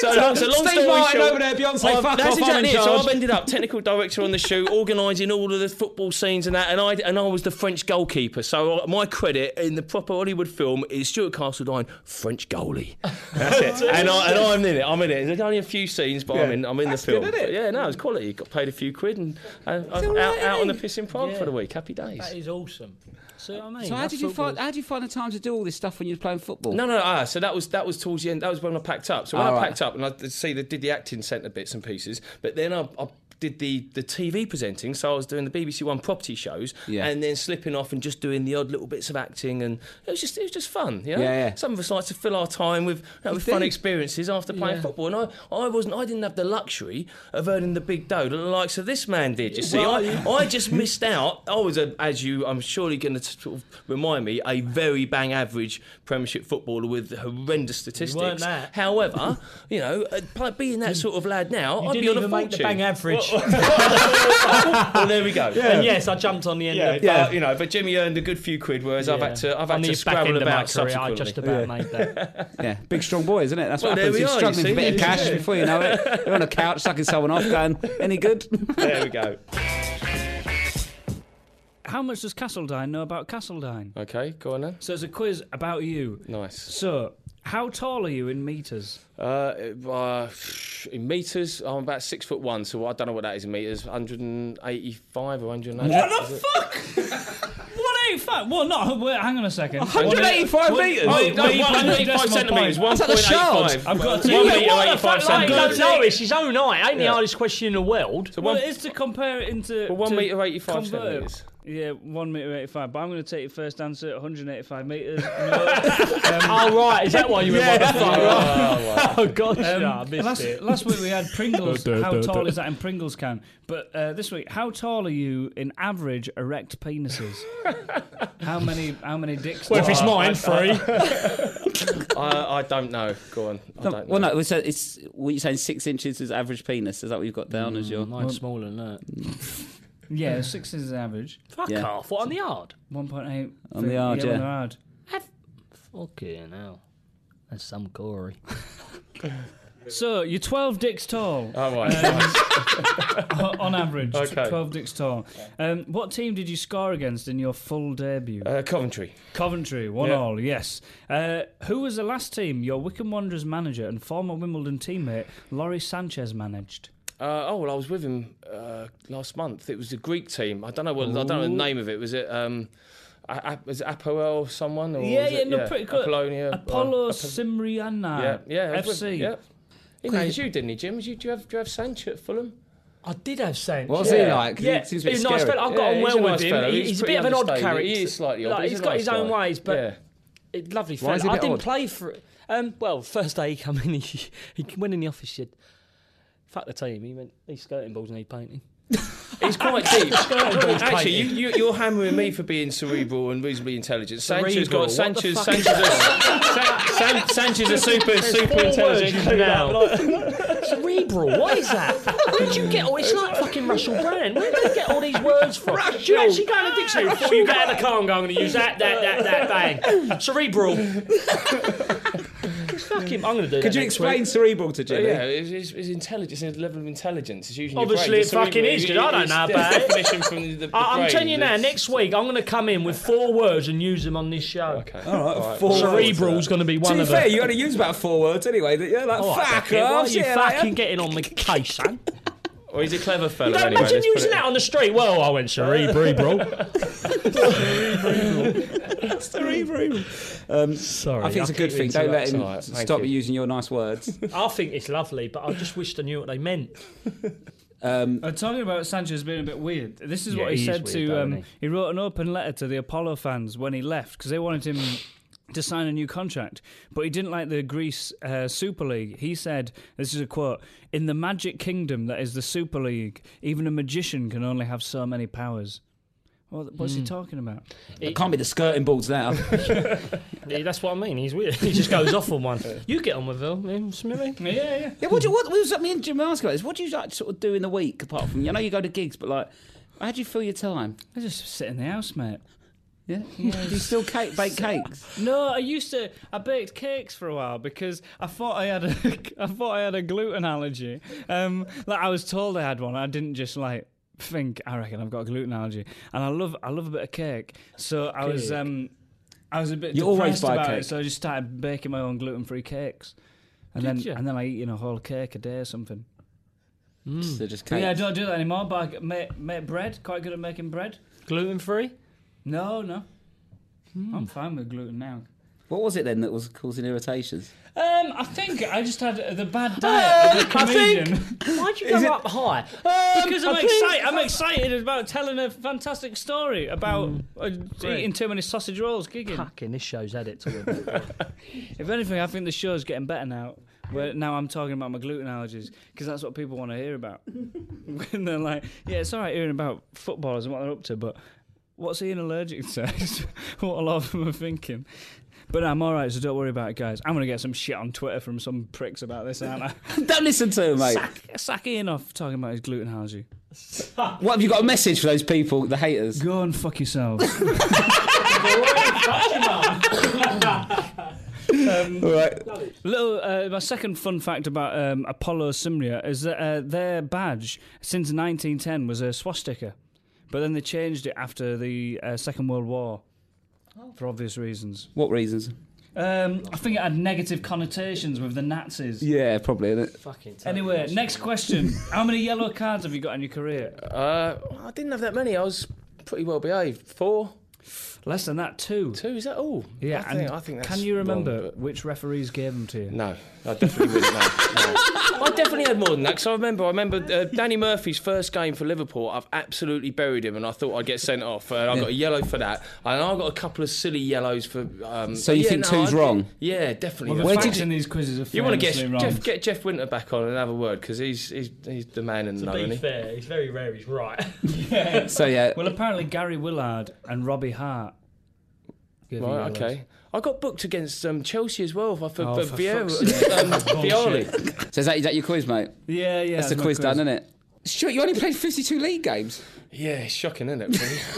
[SPEAKER 7] so, long- so long
[SPEAKER 5] Steve
[SPEAKER 7] story
[SPEAKER 5] Martin
[SPEAKER 7] short,
[SPEAKER 5] over there, Beyonce,
[SPEAKER 7] I've-
[SPEAKER 5] fuck
[SPEAKER 7] that's
[SPEAKER 5] off, I'm
[SPEAKER 7] exactly
[SPEAKER 5] in
[SPEAKER 7] it. So
[SPEAKER 5] charge.
[SPEAKER 7] I've ended up technical director on the shoot, organising all of the football scenes and that, and I and I was the French goalkeeper. So I- my credit in the proper Hollywood film is Stuart Castledine, French
[SPEAKER 5] <laughs>
[SPEAKER 7] goalie. That's it. And, I, and I'm in it. I'm in it. There's only a few scenes, but I'm
[SPEAKER 5] Yeah.
[SPEAKER 7] in. I'm in
[SPEAKER 5] That's
[SPEAKER 7] the film.
[SPEAKER 5] good, isn't it?
[SPEAKER 7] But yeah, no, it's quality. Got paid a few quid and uh,
[SPEAKER 5] It's
[SPEAKER 7] out,
[SPEAKER 5] all right,
[SPEAKER 7] out on the
[SPEAKER 5] isn't it?
[SPEAKER 7] piss in Prague for the week. Happy days.
[SPEAKER 6] That is awesome. So, I mean,
[SPEAKER 5] So how
[SPEAKER 6] that's
[SPEAKER 5] did you
[SPEAKER 6] football.
[SPEAKER 5] find how did you find the time to do all this stuff when you were playing football?
[SPEAKER 7] No, no, ah, so that was that was towards the end. That was when I packed up. So when
[SPEAKER 5] Oh,
[SPEAKER 7] I
[SPEAKER 5] right.
[SPEAKER 7] packed up, and I did- see they did the acting centre bits and pieces, but then I. I did the, the TV presenting, so I was doing the BBC One property shows,
[SPEAKER 5] Yeah.
[SPEAKER 7] and then slipping off and just doing the odd little bits of acting, and it was just it was just fun, you know.
[SPEAKER 5] Yeah, yeah.
[SPEAKER 7] Some of us like to fill our time with, you know, with
[SPEAKER 5] You
[SPEAKER 7] fun
[SPEAKER 5] do.
[SPEAKER 7] experiences after playing
[SPEAKER 6] Yeah.
[SPEAKER 7] football, and I, I wasn't I didn't have the luxury of earning the big dough that the likes of this man did. You see,
[SPEAKER 6] Well,
[SPEAKER 7] I,
[SPEAKER 6] you- <laughs>
[SPEAKER 7] I just missed out. I was, a, as you, I'm surely going to sort of remind me, a very bang average Premiership footballer with horrendous statistics.
[SPEAKER 6] weren't that. <laughs>
[SPEAKER 7] However, you know, uh, pl- being that sort of lad now,
[SPEAKER 6] You
[SPEAKER 7] I'd
[SPEAKER 6] didn't
[SPEAKER 7] be on a
[SPEAKER 6] even make the
[SPEAKER 7] fortune.
[SPEAKER 6] bang average.
[SPEAKER 7] <laughs> well, there we go.
[SPEAKER 6] And yes, I jumped on the end
[SPEAKER 7] Yeah,
[SPEAKER 6] of
[SPEAKER 7] But, you know, but Jimmy earned a good few quid, whereas I've
[SPEAKER 6] Yeah.
[SPEAKER 7] had to, I've
[SPEAKER 6] On
[SPEAKER 7] had
[SPEAKER 6] the
[SPEAKER 7] to
[SPEAKER 6] back
[SPEAKER 7] scrabble
[SPEAKER 6] end of my
[SPEAKER 7] about
[SPEAKER 6] career, I
[SPEAKER 7] subsequently.
[SPEAKER 6] just about made
[SPEAKER 7] <laughs>
[SPEAKER 6] that.
[SPEAKER 5] Yeah, big strong boy, isn't it? That's what
[SPEAKER 7] Well, there we
[SPEAKER 5] happens. You're
[SPEAKER 7] are, you
[SPEAKER 5] struggling
[SPEAKER 7] see.
[SPEAKER 5] for a bit of cash
[SPEAKER 7] Yeah.
[SPEAKER 5] before you know it. You're on a couch sucking someone off, going, "Any good?" <laughs>
[SPEAKER 7] there
[SPEAKER 6] <laughs>
[SPEAKER 7] we go.
[SPEAKER 8] How much does Castledine know about Castledine?
[SPEAKER 7] Okay, go on then.
[SPEAKER 8] So it's a quiz about you.
[SPEAKER 7] Oh. Nice.
[SPEAKER 8] So, how tall are you in meters?
[SPEAKER 7] Uh, uh, in meters, I'm about six foot one, so I don't know what that is in meters. 185 or 180.
[SPEAKER 8] What the fuck? 185? Well, not. Wait, hang on a second.
[SPEAKER 5] 185
[SPEAKER 8] Wait, wait,
[SPEAKER 5] meters.
[SPEAKER 7] No,
[SPEAKER 8] wait,
[SPEAKER 7] one-
[SPEAKER 8] wait,
[SPEAKER 7] 185
[SPEAKER 8] decimal
[SPEAKER 7] centimetres,
[SPEAKER 8] point.
[SPEAKER 5] That's like the
[SPEAKER 7] 1.85.
[SPEAKER 5] Shard.
[SPEAKER 8] I've got
[SPEAKER 7] One
[SPEAKER 8] to.
[SPEAKER 7] metre,
[SPEAKER 6] What the
[SPEAKER 7] 85
[SPEAKER 6] fuck, like,
[SPEAKER 7] centimetres.
[SPEAKER 6] don't know, it's his own eye. Ain't the
[SPEAKER 7] Yeah.
[SPEAKER 6] hardest question in the world.
[SPEAKER 7] So
[SPEAKER 8] Well,
[SPEAKER 7] one-
[SPEAKER 8] it is to compare it into.
[SPEAKER 7] Well, one
[SPEAKER 8] to
[SPEAKER 7] metre 85
[SPEAKER 8] convert.
[SPEAKER 6] <laughs>
[SPEAKER 7] centimetres.
[SPEAKER 8] Yeah, one meter eighty-five. But I'm going to take your first answer, 185
[SPEAKER 7] <laughs>
[SPEAKER 8] meters. Um,
[SPEAKER 6] oh, right, is that why you were
[SPEAKER 8] Yeah.
[SPEAKER 6] motherfucker? Oh, gosh,
[SPEAKER 8] Um,
[SPEAKER 6] I missed
[SPEAKER 8] last,
[SPEAKER 6] it.
[SPEAKER 8] last week
[SPEAKER 6] <laughs>
[SPEAKER 8] we had Pringles.
[SPEAKER 6] Duh, duh,
[SPEAKER 8] how
[SPEAKER 6] duh,
[SPEAKER 8] tall
[SPEAKER 6] duh.
[SPEAKER 8] is that in Pringles can? But uh, this week, how tall are you in average
[SPEAKER 6] <laughs>
[SPEAKER 8] erect penises? how many? How many dicks?
[SPEAKER 6] Well,
[SPEAKER 8] do
[SPEAKER 6] if
[SPEAKER 8] you
[SPEAKER 6] it's
[SPEAKER 8] have?
[SPEAKER 6] mine, free.
[SPEAKER 7] Uh, I, I don't know. Go on. I don't
[SPEAKER 5] Well,
[SPEAKER 7] know.
[SPEAKER 5] no, so it's what you're saying. Six inches is average penis. Is that what you've got down as your?
[SPEAKER 6] <laughs> Mine's smaller than that.
[SPEAKER 8] Mm, Yeah, six is average.
[SPEAKER 6] Fuck
[SPEAKER 5] Yeah.
[SPEAKER 6] off. What, on the yard?
[SPEAKER 8] One point eight.
[SPEAKER 5] On the yard, yeah.
[SPEAKER 8] yard.
[SPEAKER 6] Fucking hell. That's some gory.
[SPEAKER 8] So you're 12 dicks tall
[SPEAKER 7] Oh, right.
[SPEAKER 8] o- <laughs> on average.
[SPEAKER 7] Okay.
[SPEAKER 8] 12 dicks tall. Um, what team did you score against in your full debut?
[SPEAKER 7] Uh, Coventry.
[SPEAKER 8] Coventry, one
[SPEAKER 7] yeah.
[SPEAKER 8] all. Yes. Uh, who was the last team your Wickham Wanderers manager and former Wimbledon teammate Laurie Sanchez managed?
[SPEAKER 7] Uh, oh well, I was with him uh, last month. It was the Greek team. I don't know what I don't know the name of it. Was it um, A- A- was it Apoel someone? Or
[SPEAKER 8] yeah,
[SPEAKER 7] was
[SPEAKER 8] yeah,
[SPEAKER 7] it,
[SPEAKER 8] no, pretty good.
[SPEAKER 7] Apollonia. uh,
[SPEAKER 8] Apollo
[SPEAKER 7] Apo- yeah,
[SPEAKER 8] Simriana.
[SPEAKER 7] yeah, I was with-
[SPEAKER 8] FC.
[SPEAKER 7] Yeah. He managed you, didn't he, Jim? Was you, do you have do you have Sancho at Fulham?
[SPEAKER 6] I did have sense.
[SPEAKER 5] What's he
[SPEAKER 7] Yeah.
[SPEAKER 5] like? 'Cause
[SPEAKER 6] Yeah,
[SPEAKER 5] he seems a bit
[SPEAKER 6] he's a
[SPEAKER 5] scary.
[SPEAKER 6] nice fella. I've got
[SPEAKER 7] Yeah,
[SPEAKER 6] on
[SPEAKER 7] he's
[SPEAKER 6] well
[SPEAKER 7] a
[SPEAKER 6] with
[SPEAKER 7] nice
[SPEAKER 6] him.
[SPEAKER 7] fella.
[SPEAKER 6] He- He's,
[SPEAKER 7] He's
[SPEAKER 6] a bit of an
[SPEAKER 7] pretty
[SPEAKER 6] odd
[SPEAKER 7] understated.
[SPEAKER 6] character.
[SPEAKER 7] He is slightly odd, but
[SPEAKER 6] Like,
[SPEAKER 7] he's
[SPEAKER 6] he's
[SPEAKER 7] a
[SPEAKER 6] got
[SPEAKER 7] nice
[SPEAKER 6] his own
[SPEAKER 7] guy.
[SPEAKER 6] ways, but
[SPEAKER 7] Yeah.
[SPEAKER 6] it- lovely
[SPEAKER 5] Why
[SPEAKER 6] fella.
[SPEAKER 5] is he a
[SPEAKER 6] I
[SPEAKER 5] bit
[SPEAKER 6] didn't
[SPEAKER 5] odd?
[SPEAKER 6] play for. Um, well, first day he come in, he, he went in the office. He said, "Fuck the team." He went, "These skirting balls need painting."
[SPEAKER 7] It's quite deep.
[SPEAKER 6] Skirting balls
[SPEAKER 7] Actually,
[SPEAKER 6] painting.
[SPEAKER 7] you, you, you're hammering me for being cerebral and reasonably intelligent. Sanchez
[SPEAKER 6] Cerebral,
[SPEAKER 7] got
[SPEAKER 6] what the
[SPEAKER 7] Sanchez.
[SPEAKER 6] fuck
[SPEAKER 7] Sanchez,
[SPEAKER 6] is
[SPEAKER 7] a, San, San, Sanchez a super
[SPEAKER 6] There's
[SPEAKER 7] super
[SPEAKER 6] four
[SPEAKER 7] intelligent
[SPEAKER 6] words you <laughs>
[SPEAKER 7] now.
[SPEAKER 6] Cerebral. What is that? Where did you get all? It's like fucking Russell Brand. Where did you get all these words from? Do you actually go in the dictionary before you get out of the car and go, "I'm going to use that, that, that, that." <laughs> Bang. Cerebral. Fuck him. I'm going to do.
[SPEAKER 9] Could
[SPEAKER 6] that
[SPEAKER 9] you
[SPEAKER 6] next
[SPEAKER 9] explain
[SPEAKER 6] week.
[SPEAKER 9] cerebral to
[SPEAKER 7] Yeah,
[SPEAKER 9] Jimmy?
[SPEAKER 7] it's, it's, it's intelligence. It's a level of intelligence. It's using
[SPEAKER 6] Obviously,
[SPEAKER 7] your
[SPEAKER 6] it
[SPEAKER 7] brain. The
[SPEAKER 6] fucking
[SPEAKER 7] cerebral-
[SPEAKER 6] is, 'cause I don't
[SPEAKER 7] it's
[SPEAKER 6] know
[SPEAKER 7] the
[SPEAKER 6] about it.
[SPEAKER 7] definition from the, the
[SPEAKER 6] I, I'm
[SPEAKER 7] brain.
[SPEAKER 6] telling you now.
[SPEAKER 7] It's-
[SPEAKER 6] Next week, I'm going to come in with four words and use them on this show. Okay.
[SPEAKER 9] All right, four
[SPEAKER 6] Cerebral's going to be one
[SPEAKER 9] to
[SPEAKER 6] of
[SPEAKER 9] be fair,
[SPEAKER 6] them.
[SPEAKER 9] you only use about four words anyway. that- Yeah, like
[SPEAKER 6] All right,
[SPEAKER 9] fuck
[SPEAKER 6] Beckett, why
[SPEAKER 9] off.
[SPEAKER 6] are you
[SPEAKER 9] yeah, like-
[SPEAKER 6] fucking getting on the <laughs> case, son?
[SPEAKER 7] Or he's a clever fellow.
[SPEAKER 6] You don't
[SPEAKER 7] anyway,
[SPEAKER 6] imagine
[SPEAKER 7] let's put
[SPEAKER 6] using
[SPEAKER 7] it-
[SPEAKER 6] that on the street. Well, I went <laughs> cerebral.
[SPEAKER 9] cerebral. Um,
[SPEAKER 6] Sorry,
[SPEAKER 9] I think it's a
[SPEAKER 6] I
[SPEAKER 9] good
[SPEAKER 6] keep
[SPEAKER 9] thing. Don't let
[SPEAKER 6] interrupting.
[SPEAKER 9] him
[SPEAKER 6] All right, thank
[SPEAKER 9] stop
[SPEAKER 6] you.
[SPEAKER 9] you using your nice
[SPEAKER 6] <laughs>
[SPEAKER 9] words.
[SPEAKER 6] I think it's lovely, but I just wished I knew what they meant. <laughs>
[SPEAKER 9] Um,
[SPEAKER 5] I'm Uh, talking about Sanchez being a bit weird. This is
[SPEAKER 6] Yeah,
[SPEAKER 5] what he,
[SPEAKER 6] he is
[SPEAKER 5] said
[SPEAKER 6] weird,
[SPEAKER 5] to.
[SPEAKER 6] though,
[SPEAKER 5] Um,
[SPEAKER 6] isn't
[SPEAKER 5] he? wrote an open letter to the Apollo fans when he left because they wanted him to sign a new contract, but he didn't like the Greece uh, Super League. He said, "This is a quote: In the magic kingdom that is the Super League, even a magician can only have so many powers." Well, what's he
[SPEAKER 6] Mm.
[SPEAKER 5] talking about?
[SPEAKER 9] it can't be the skirting balls now.
[SPEAKER 6] Yeah, that's what I mean. He's weird. <laughs> He just goes off <laughs> on one. You get on with him, him, Smithy.
[SPEAKER 5] Yeah, yeah.
[SPEAKER 9] yeah, what, do, what, what was that me and Jimmy asking about? This? What do you like sort of do in the week apart from? I know you go to gigs, but like, how do you fill your time?
[SPEAKER 5] I just sit in the house, mate.
[SPEAKER 9] Yeah, do you still cake, bake cakes?
[SPEAKER 5] No, I used to. I baked cakes for a while because I thought I had a. <laughs> I thought I had a gluten allergy. Um, like I was told I had one. I didn't just like think. I reckon I've got a gluten allergy, and I love. I love a bit of cake. So I was.
[SPEAKER 9] Cake.
[SPEAKER 5] Um, I was a bit
[SPEAKER 9] You always
[SPEAKER 5] depressed
[SPEAKER 9] buy
[SPEAKER 5] about
[SPEAKER 9] cake.
[SPEAKER 5] it, so I just started baking my own gluten-free cakes, and
[SPEAKER 9] Did
[SPEAKER 5] then
[SPEAKER 9] ya?
[SPEAKER 5] and then I eat you know, a whole cake a day or something.
[SPEAKER 9] So just
[SPEAKER 5] Hmm. But
[SPEAKER 9] cake.
[SPEAKER 5] yeah, I don't do that anymore. But I make, make bread. Quite good at making bread.
[SPEAKER 6] Gluten free?
[SPEAKER 5] No, no. I'm fine with gluten now.
[SPEAKER 9] Hmm. What was it then that was causing irritations? Ah,
[SPEAKER 5] Um, I think I just had the bad diet of the
[SPEAKER 6] I
[SPEAKER 5] comedian.
[SPEAKER 6] Why'd
[SPEAKER 5] <laughs>
[SPEAKER 6] you go up high?
[SPEAKER 5] because
[SPEAKER 9] Um,
[SPEAKER 5] I'm,
[SPEAKER 6] I think-
[SPEAKER 5] excited, I'm excited about telling a fantastic story about
[SPEAKER 9] Hmm.
[SPEAKER 5] uh, eating too many sausage rolls, gigging.
[SPEAKER 6] Fucking, this show's had it to him.
[SPEAKER 5] If anything, I think the show's getting better now. Where now I'm talking about my gluten allergies because that's what people want to hear about. <laughs> when they're like, "Yeah, it's all right hearing about footballers and what they're up to, but what's Ian allergic to?" <laughs> Is what a lot of them are thinking. But I'm all right, so don't worry about it, guys. I'm gonna get some shit on Twitter from some pricks about this, aren't I? <laughs>
[SPEAKER 9] Don't listen to him, mate.
[SPEAKER 5] Sack, sack Ian off talking about his gluten allergy.
[SPEAKER 9] What have you got a message for those people, the haters?
[SPEAKER 5] Go and fuck yourselves. Um, Little, uh, my second fun fact about um, Apollo Simria is that uh, their badge since 1910 was a swastika, but then they changed it after the uh, Second World War for obvious reasons.
[SPEAKER 9] What reasons?
[SPEAKER 5] Um, I think it had negative connotations with the Nazis.
[SPEAKER 9] Yeah, probably. Isn't it?
[SPEAKER 6] Fucking
[SPEAKER 5] Anyway, next question: How many yellow cards have you got in your career?
[SPEAKER 7] Uh, I didn't have that many. I was pretty well behaved. Four.
[SPEAKER 5] Less than that, two.
[SPEAKER 7] Two is that all?
[SPEAKER 5] Yeah,
[SPEAKER 7] I think,
[SPEAKER 5] and
[SPEAKER 7] I think that's
[SPEAKER 5] can you
[SPEAKER 7] wrong,
[SPEAKER 5] remember
[SPEAKER 7] but-
[SPEAKER 5] which referees gave them to you?
[SPEAKER 7] No, I definitely
[SPEAKER 5] <laughs>
[SPEAKER 7] wouldn't. No, no. I definitely had more than that because I remember. I remember uh, Danny Murphy's first game for Liverpool. I've absolutely buried him, and I thought I'd get sent off. And I got a yellow for that, and I got a couple of silly yellows for. Um,
[SPEAKER 9] So you
[SPEAKER 7] yeah,
[SPEAKER 9] think
[SPEAKER 7] no,
[SPEAKER 9] two's
[SPEAKER 7] I did-
[SPEAKER 9] wrong?
[SPEAKER 7] Yeah, definitely.
[SPEAKER 5] Well, the
[SPEAKER 7] Where
[SPEAKER 5] facts
[SPEAKER 7] did you-
[SPEAKER 5] in these quizzes are
[SPEAKER 7] You want to
[SPEAKER 5] famously
[SPEAKER 7] get
[SPEAKER 5] wrong.
[SPEAKER 7] Jeff, get Jeff Winter back on and have a word because he's, he's he's the man in the know.
[SPEAKER 6] To
[SPEAKER 7] isn't
[SPEAKER 6] be
[SPEAKER 7] he?
[SPEAKER 6] fair, he's very rare. He's right.
[SPEAKER 9] So yeah.
[SPEAKER 5] Well, apparently Gary Willard and Robbie Hart. gave you
[SPEAKER 7] Right,
[SPEAKER 5] yellows.
[SPEAKER 7] okay. I got booked against um, Chelsea as well for, for,
[SPEAKER 5] Oh,
[SPEAKER 7] for
[SPEAKER 5] for
[SPEAKER 7] Vieira,
[SPEAKER 5] fuck's sake.
[SPEAKER 7] <laughs> um,
[SPEAKER 5] That's
[SPEAKER 7] Violi.
[SPEAKER 9] So is that, is that your quiz, mate?
[SPEAKER 5] Yeah, yeah.
[SPEAKER 9] That's the
[SPEAKER 5] my
[SPEAKER 9] quiz, done, isn't it? Stuart, you only played 52 league games.
[SPEAKER 7] Yeah, it's shocking, isn't it?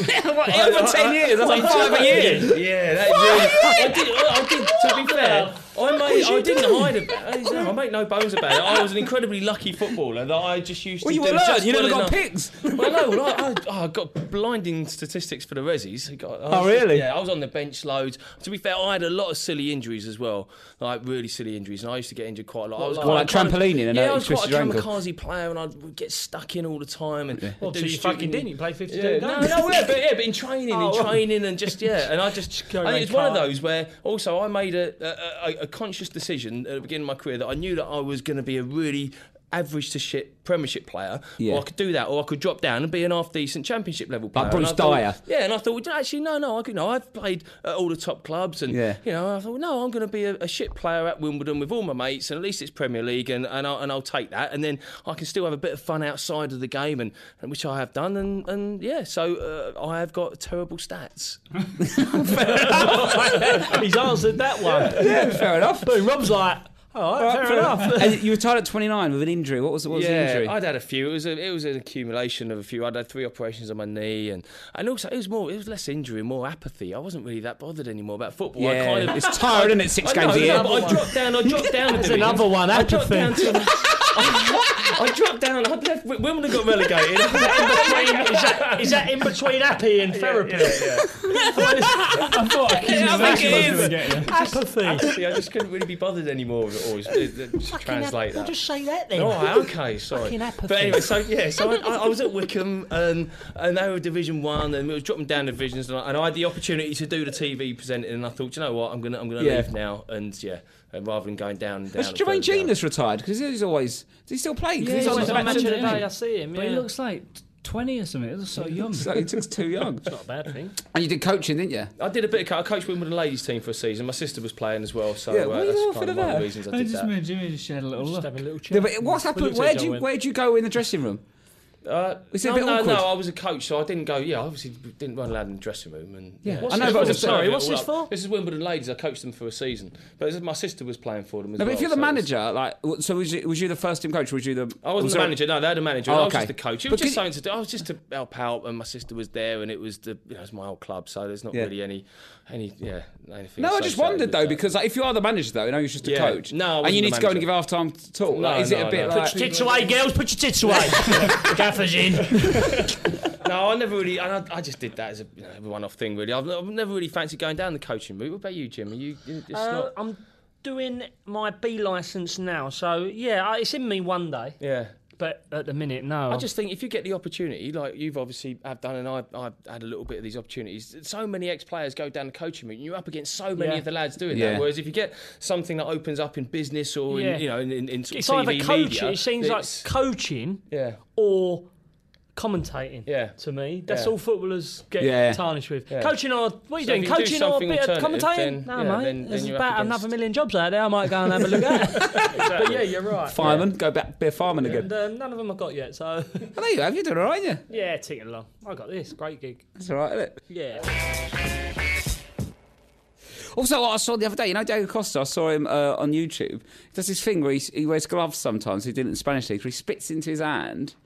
[SPEAKER 7] really?
[SPEAKER 9] <laughs>
[SPEAKER 7] <laughs>
[SPEAKER 9] Over 10 years, that's like five a year.
[SPEAKER 7] Yeah, that is really. I did, I did, to be fair, I, made, I didn't hide it. I make no bones about it. I was an incredibly lucky footballer that I just used to
[SPEAKER 9] Well, you
[SPEAKER 7] do
[SPEAKER 9] were learned.
[SPEAKER 7] just
[SPEAKER 9] You never
[SPEAKER 7] well
[SPEAKER 9] got
[SPEAKER 7] enough.
[SPEAKER 9] pigs.
[SPEAKER 7] <laughs> Well, no, well, I, oh, I, I got blinding statistics for the Resis. I got- I
[SPEAKER 9] Oh,
[SPEAKER 7] was-
[SPEAKER 9] really?
[SPEAKER 7] Yeah, I was on the bench loads. To be fair, I had a lot of silly injuries as well, like really silly injuries, and I used to get injured quite a lot. I was
[SPEAKER 9] What,
[SPEAKER 7] quite
[SPEAKER 9] like
[SPEAKER 7] a kind of-
[SPEAKER 9] trampolining and, uh,
[SPEAKER 7] yeah,
[SPEAKER 9] you
[SPEAKER 7] I was quite a
[SPEAKER 9] twisted your ankle?
[SPEAKER 7] kamikaze player, and I'd get stuck in all the time. And I'd
[SPEAKER 6] Well,
[SPEAKER 7] do
[SPEAKER 6] Oh, so you
[SPEAKER 7] stupid-
[SPEAKER 6] fucking didn't. You played 52
[SPEAKER 7] yeah,
[SPEAKER 6] games.
[SPEAKER 7] no, no, yeah, but yeah,
[SPEAKER 6] <laughs>
[SPEAKER 7] but in training,
[SPEAKER 6] Oh,
[SPEAKER 7] in
[SPEAKER 6] well.
[SPEAKER 7] training, and just yeah, and I just,
[SPEAKER 6] <laughs> go
[SPEAKER 7] I
[SPEAKER 6] around
[SPEAKER 7] think it's one of
[SPEAKER 6] car.
[SPEAKER 7] those where also I made a, a, a, a conscious decision at the beginning of my career that I knew that I was going to be a really average to shit Premiership player,
[SPEAKER 5] Yeah.
[SPEAKER 7] or I could do that, or I could drop down and be an half decent Championship level player.
[SPEAKER 5] Like
[SPEAKER 7] And
[SPEAKER 5] Bruce
[SPEAKER 7] I thought-
[SPEAKER 5] Dyer.
[SPEAKER 7] yeah, and I thought actually no, no, I could no. I've played at all the top clubs, and
[SPEAKER 5] Yeah.
[SPEAKER 7] you know, I thought no, I'm going to be a, a shit player at Wimbledon with all my mates, and at least it's Premier League, and and I'll, and I'll take that, and then I can still have a bit of fun outside of the game, and, and which I have done, and and yeah, so uh, I have got terrible stats.
[SPEAKER 10] He's answered that one.
[SPEAKER 5] Yeah, fair enough.
[SPEAKER 10] Boom, Rob's like, all right, fair enough.
[SPEAKER 5] and you retired at 29 with an injury. What was, what was the
[SPEAKER 7] yeah,
[SPEAKER 5] injury?
[SPEAKER 7] I'd had a few. It was a, it was an accumulation of a few. I'd had three operations on my knee, and and also it was more. It was less injury, more apathy. I wasn't really that bothered anymore about football. I
[SPEAKER 5] Yeah,
[SPEAKER 7] kind of, <laughs>
[SPEAKER 5] it's tired, isn't it, six
[SPEAKER 7] I know,
[SPEAKER 5] games a
[SPEAKER 7] no,
[SPEAKER 5] year?
[SPEAKER 7] but I dropped down. I dropped down.
[SPEAKER 10] That's
[SPEAKER 7] a division.
[SPEAKER 10] another one,
[SPEAKER 7] I dropped
[SPEAKER 10] apathy.
[SPEAKER 7] down to. <laughs> I, I dropped down. I'd left. Wimbledon got relegated. <laughs> I was in between-
[SPEAKER 10] is, that, is that in between happy and therapy? I thought
[SPEAKER 7] I think it is.
[SPEAKER 10] Apathy.
[SPEAKER 7] Apathy. I just couldn't really be bothered anymore with it all. It's- it- it- Just translate
[SPEAKER 10] Well,
[SPEAKER 7] that.
[SPEAKER 10] just say that then.
[SPEAKER 7] Oh, right, okay, sorry.
[SPEAKER 10] Fucking apathy.
[SPEAKER 7] But anyway, so yeah, so I, I-
[SPEAKER 10] <laughs>
[SPEAKER 7] I was at Wickham and, and they were Division One and we were dropping down divisions and I, and I had the opportunity to do the TV presenting and I thought, "Do you know what, I'm gonna I'm gonna
[SPEAKER 5] Yeah.
[SPEAKER 7] leave now and yeah, and rather than going down and down.
[SPEAKER 5] Has
[SPEAKER 7] and
[SPEAKER 5] Jermaine
[SPEAKER 7] further down.
[SPEAKER 5] Genius retired? Because he's always. Does he still play? 'Cause
[SPEAKER 8] Yeah,
[SPEAKER 5] he's
[SPEAKER 8] he's
[SPEAKER 5] on
[SPEAKER 8] always
[SPEAKER 5] the
[SPEAKER 8] on
[SPEAKER 5] match
[SPEAKER 8] Match
[SPEAKER 5] of the
[SPEAKER 8] of the
[SPEAKER 5] day.
[SPEAKER 8] Day,
[SPEAKER 10] I see him,
[SPEAKER 8] But he
[SPEAKER 10] yeah.
[SPEAKER 8] looks like 20 or something. He looks so young.
[SPEAKER 5] So he looks too young.
[SPEAKER 10] It's not a bad thing.
[SPEAKER 5] And you did coaching, didn't you?
[SPEAKER 7] I did a bit of co- I coached Wimbledon ladies team for a season. My sister was playing as well, so
[SPEAKER 5] Yeah, what are
[SPEAKER 7] uh,
[SPEAKER 5] you
[SPEAKER 7] that's
[SPEAKER 5] laughing
[SPEAKER 7] kind of one of
[SPEAKER 5] about?
[SPEAKER 7] the reasons I
[SPEAKER 8] I
[SPEAKER 7] did
[SPEAKER 8] just
[SPEAKER 7] that.
[SPEAKER 8] made Jimmy just shed a little look.
[SPEAKER 10] Have a little
[SPEAKER 5] Yeah,
[SPEAKER 10] chat.
[SPEAKER 5] but what's happened? Where'd you, where'd you go in the dressing room?
[SPEAKER 7] Uh,
[SPEAKER 5] Was it a
[SPEAKER 7] no,
[SPEAKER 5] bit
[SPEAKER 7] no,
[SPEAKER 5] awkward?
[SPEAKER 7] no, I was a coach, so I didn't go. Yeah, I obviously didn't run allowed in the dressing room. And
[SPEAKER 5] Yeah.
[SPEAKER 7] what's
[SPEAKER 5] I know,
[SPEAKER 7] this
[SPEAKER 5] but
[SPEAKER 7] for?
[SPEAKER 5] just-
[SPEAKER 7] Sorry,
[SPEAKER 5] Yeah,
[SPEAKER 7] what's
[SPEAKER 5] all
[SPEAKER 7] this
[SPEAKER 5] up.
[SPEAKER 7] for? This is Wimbledon ladies. I coached them for a season, but this is- my sister was playing for them as
[SPEAKER 5] No, but
[SPEAKER 7] well.
[SPEAKER 5] if you're the
[SPEAKER 7] so it's-
[SPEAKER 5] manager, like, w- so was you, was you the first team coach? Or was you the?
[SPEAKER 7] I wasn't
[SPEAKER 5] was
[SPEAKER 7] the
[SPEAKER 5] there-
[SPEAKER 7] manager. No, they had a manager.
[SPEAKER 5] Oh,
[SPEAKER 7] I was
[SPEAKER 5] okay.
[SPEAKER 7] just the coach. It
[SPEAKER 5] But
[SPEAKER 7] was
[SPEAKER 5] can
[SPEAKER 7] just something to do. I was just to help out, and my sister was there, and it was the you know, it's my old club, so there's not
[SPEAKER 5] Yeah.
[SPEAKER 7] really any, any yeah, anything.
[SPEAKER 5] No, I just
[SPEAKER 7] associated
[SPEAKER 5] wondered
[SPEAKER 7] with
[SPEAKER 5] though
[SPEAKER 7] that.
[SPEAKER 5] because like, if you are the manager though, you know you're just a
[SPEAKER 7] Yeah.
[SPEAKER 5] coach.
[SPEAKER 7] No, I
[SPEAKER 5] and
[SPEAKER 7] wasn't
[SPEAKER 5] you need
[SPEAKER 7] the
[SPEAKER 5] to go and give
[SPEAKER 7] manager.
[SPEAKER 5] half time to talk.
[SPEAKER 7] No,
[SPEAKER 5] Like, is it
[SPEAKER 7] no,
[SPEAKER 5] a bit
[SPEAKER 7] no.
[SPEAKER 5] like?
[SPEAKER 10] Put your tits away, girls. Put your tits
[SPEAKER 7] <laughs>
[SPEAKER 10] away. Gaffers in.
[SPEAKER 7] no, I never really. And I, I just did that as a you know, one-off thing. Really, I've, I've never really fancied going down the coaching route. What about you, Jim? Are you? It's
[SPEAKER 10] Uh,
[SPEAKER 7] not.
[SPEAKER 10] I'm doing my B license now, so yeah, I- it's in me one day.
[SPEAKER 7] Yeah.
[SPEAKER 10] But at the minute, no.
[SPEAKER 7] I just think if you get the opportunity, like you've obviously have done, and I've, I've had a little bit of these opportunities. So many ex-players go down the coaching route, and you're up against so many
[SPEAKER 10] Yeah.
[SPEAKER 7] of the lads doing
[SPEAKER 5] Yeah.
[SPEAKER 7] that. Whereas if you get something that opens up in business or
[SPEAKER 10] Yeah.
[SPEAKER 7] in, you know in, in, in sort
[SPEAKER 10] it's
[SPEAKER 7] of
[SPEAKER 10] either
[SPEAKER 7] TV
[SPEAKER 10] coaching.
[SPEAKER 7] media,
[SPEAKER 10] it seems
[SPEAKER 7] it's-
[SPEAKER 10] like coaching
[SPEAKER 7] yeah,
[SPEAKER 10] or commentating.
[SPEAKER 7] Yeah.
[SPEAKER 10] To me, that's
[SPEAKER 7] Yeah.
[SPEAKER 10] all footballers get
[SPEAKER 5] Yeah.
[SPEAKER 10] tarnished with.
[SPEAKER 7] Yeah.
[SPEAKER 10] Coaching or what are you
[SPEAKER 7] So if
[SPEAKER 10] doing?
[SPEAKER 7] you do
[SPEAKER 10] coaching or a
[SPEAKER 7] something
[SPEAKER 10] bit of
[SPEAKER 7] alternative,
[SPEAKER 10] commentating?
[SPEAKER 7] then-
[SPEAKER 10] no,
[SPEAKER 7] yeah,
[SPEAKER 10] mate.
[SPEAKER 7] then- then
[SPEAKER 10] There's
[SPEAKER 7] you're up
[SPEAKER 10] about
[SPEAKER 7] against-
[SPEAKER 10] another million jobs out there. I might go and have a look
[SPEAKER 7] <laughs>
[SPEAKER 10] at. it. But yeah, you're right.
[SPEAKER 5] Fireman, go back, be a fireman
[SPEAKER 10] And
[SPEAKER 5] again.
[SPEAKER 10] uh, none of them I got yet, so
[SPEAKER 5] Oh, there you have. You're doing all right, yeah.
[SPEAKER 10] <laughs> yeah, ticking along. I got this great gig.
[SPEAKER 5] That's all right, isn't it?
[SPEAKER 10] Yeah.
[SPEAKER 5] Also, what I saw the other day, you know, Diego Costa. I saw him uh, on YouTube. He does this thing where he, he wears gloves sometimes. He did it in Spanish league. Where he spits into his hand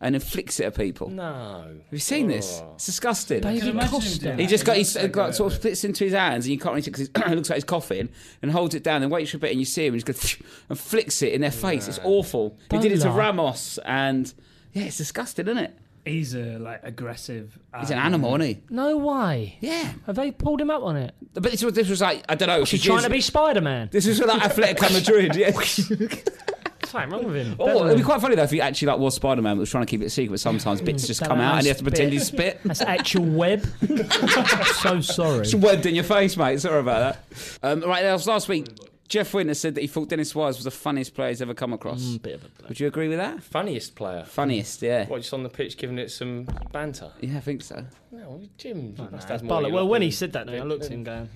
[SPEAKER 5] and then flicks it at people.
[SPEAKER 7] no. Oh.
[SPEAKER 5] Have you seen this? It's disgusting.
[SPEAKER 8] Baby Costa.
[SPEAKER 5] He just got his uh, like, sort of splits into his hands, and you can't really see because it <clears throat> looks like he's coughing, and holds it down and waits for a bit, and you see him, and he just goes <sniffs> and flicks it in their face. It's awful. He did it to
[SPEAKER 8] Bola.
[SPEAKER 5] Ramos, and yeah, it's disgusting, isn't it?
[SPEAKER 8] He's a like aggressive.
[SPEAKER 5] He's an animal, isn't
[SPEAKER 6] Ah.
[SPEAKER 5] he?
[SPEAKER 10] No way.
[SPEAKER 5] Yeah,
[SPEAKER 10] Have they pulled him up on it?
[SPEAKER 5] but this was this was like I don't know.
[SPEAKER 10] She's trying to be Spider Man.
[SPEAKER 5] This was like Atletico Madrid. Yeah.
[SPEAKER 10] Something wrong with <laughs> him.
[SPEAKER 5] Oh, it'd be quite funny though if he actually like was Spider Man, but was trying to keep it a secret. Sometimes bits just come out, and you have to pretend you spit.
[SPEAKER 10] That's actual <laughs> web. so sorry.
[SPEAKER 5] It's webbed in your face, mate. Sorry about that. Um, right, that was last week. Jeff Winter said that he thought Dennis Wise was the funniest player he's ever come across.
[SPEAKER 10] Mm, bit of a
[SPEAKER 5] Would you agree with that?
[SPEAKER 7] Funniest player.
[SPEAKER 5] Funniest, yeah.
[SPEAKER 7] What, just on the pitch giving it some banter?
[SPEAKER 5] Yeah, I think so.
[SPEAKER 7] No, Jim. you must have more
[SPEAKER 10] Bollock.
[SPEAKER 7] you
[SPEAKER 10] Well,
[SPEAKER 7] lot
[SPEAKER 10] when
[SPEAKER 7] than-
[SPEAKER 10] he said that, I looked at him going,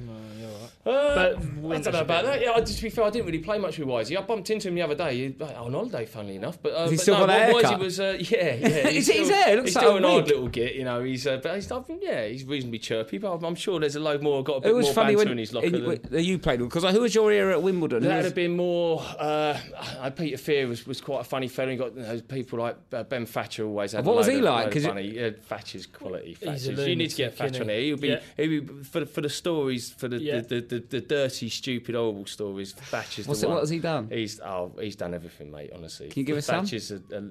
[SPEAKER 7] Uh,
[SPEAKER 10] But
[SPEAKER 7] I don't know about that. Yeah, I just to be fair, I didn't really play much with Wisey. I bumped into him the other day he- like, on holiday, funnily enough. But, uh,
[SPEAKER 5] Has he
[SPEAKER 7] but
[SPEAKER 5] still
[SPEAKER 7] no,
[SPEAKER 5] got a
[SPEAKER 7] Wisey
[SPEAKER 5] haircut?
[SPEAKER 7] was, uh, <laughs> yeah,
[SPEAKER 5] <laughs>
[SPEAKER 7] yeah.
[SPEAKER 5] Is it his hair? It looks
[SPEAKER 7] he's
[SPEAKER 5] like
[SPEAKER 7] still
[SPEAKER 5] a
[SPEAKER 7] an odd
[SPEAKER 5] wig.
[SPEAKER 7] little git, you know. He's, uh, but he's, I think, yeah, he's reasonably chirpy. But I'm, I'm sure there's a load more. Got a
[SPEAKER 5] It
[SPEAKER 7] bit
[SPEAKER 5] was
[SPEAKER 7] more
[SPEAKER 5] funny
[SPEAKER 7] banter
[SPEAKER 5] when
[SPEAKER 7] in his locker.
[SPEAKER 5] when-
[SPEAKER 7] than-
[SPEAKER 5] when you played with because like, who was your era at Wimbledon? Who
[SPEAKER 7] That'd
[SPEAKER 5] was-
[SPEAKER 7] have been more. Uh, uh, Peter Fear was, was quite a funny fellow. He got you know, people like uh, Ben Thatcher always had.
[SPEAKER 5] What
[SPEAKER 7] a
[SPEAKER 5] was
[SPEAKER 7] load
[SPEAKER 5] he
[SPEAKER 7] of-
[SPEAKER 5] like?
[SPEAKER 7] load of
[SPEAKER 5] 'Cause you-
[SPEAKER 7] funny. Yeah, Thatcher's quality.
[SPEAKER 10] a
[SPEAKER 7] Thatcher's. You need to
[SPEAKER 10] lunatic,
[SPEAKER 7] get Thatcher
[SPEAKER 10] isn't
[SPEAKER 7] on
[SPEAKER 10] he?
[SPEAKER 7] here. He'll be,
[SPEAKER 10] Yeah.
[SPEAKER 7] he'll be for, the, for the stories, for the,
[SPEAKER 10] Yeah.
[SPEAKER 7] the, the, the, the dirty, stupid, horrible stories. Thatcher's
[SPEAKER 5] What's
[SPEAKER 7] the
[SPEAKER 5] it-
[SPEAKER 7] one.
[SPEAKER 5] what has he done?
[SPEAKER 7] He's oh, he's done everything, mate. Honestly,
[SPEAKER 5] Can you give us some?
[SPEAKER 7] Thatcher's a, a, a-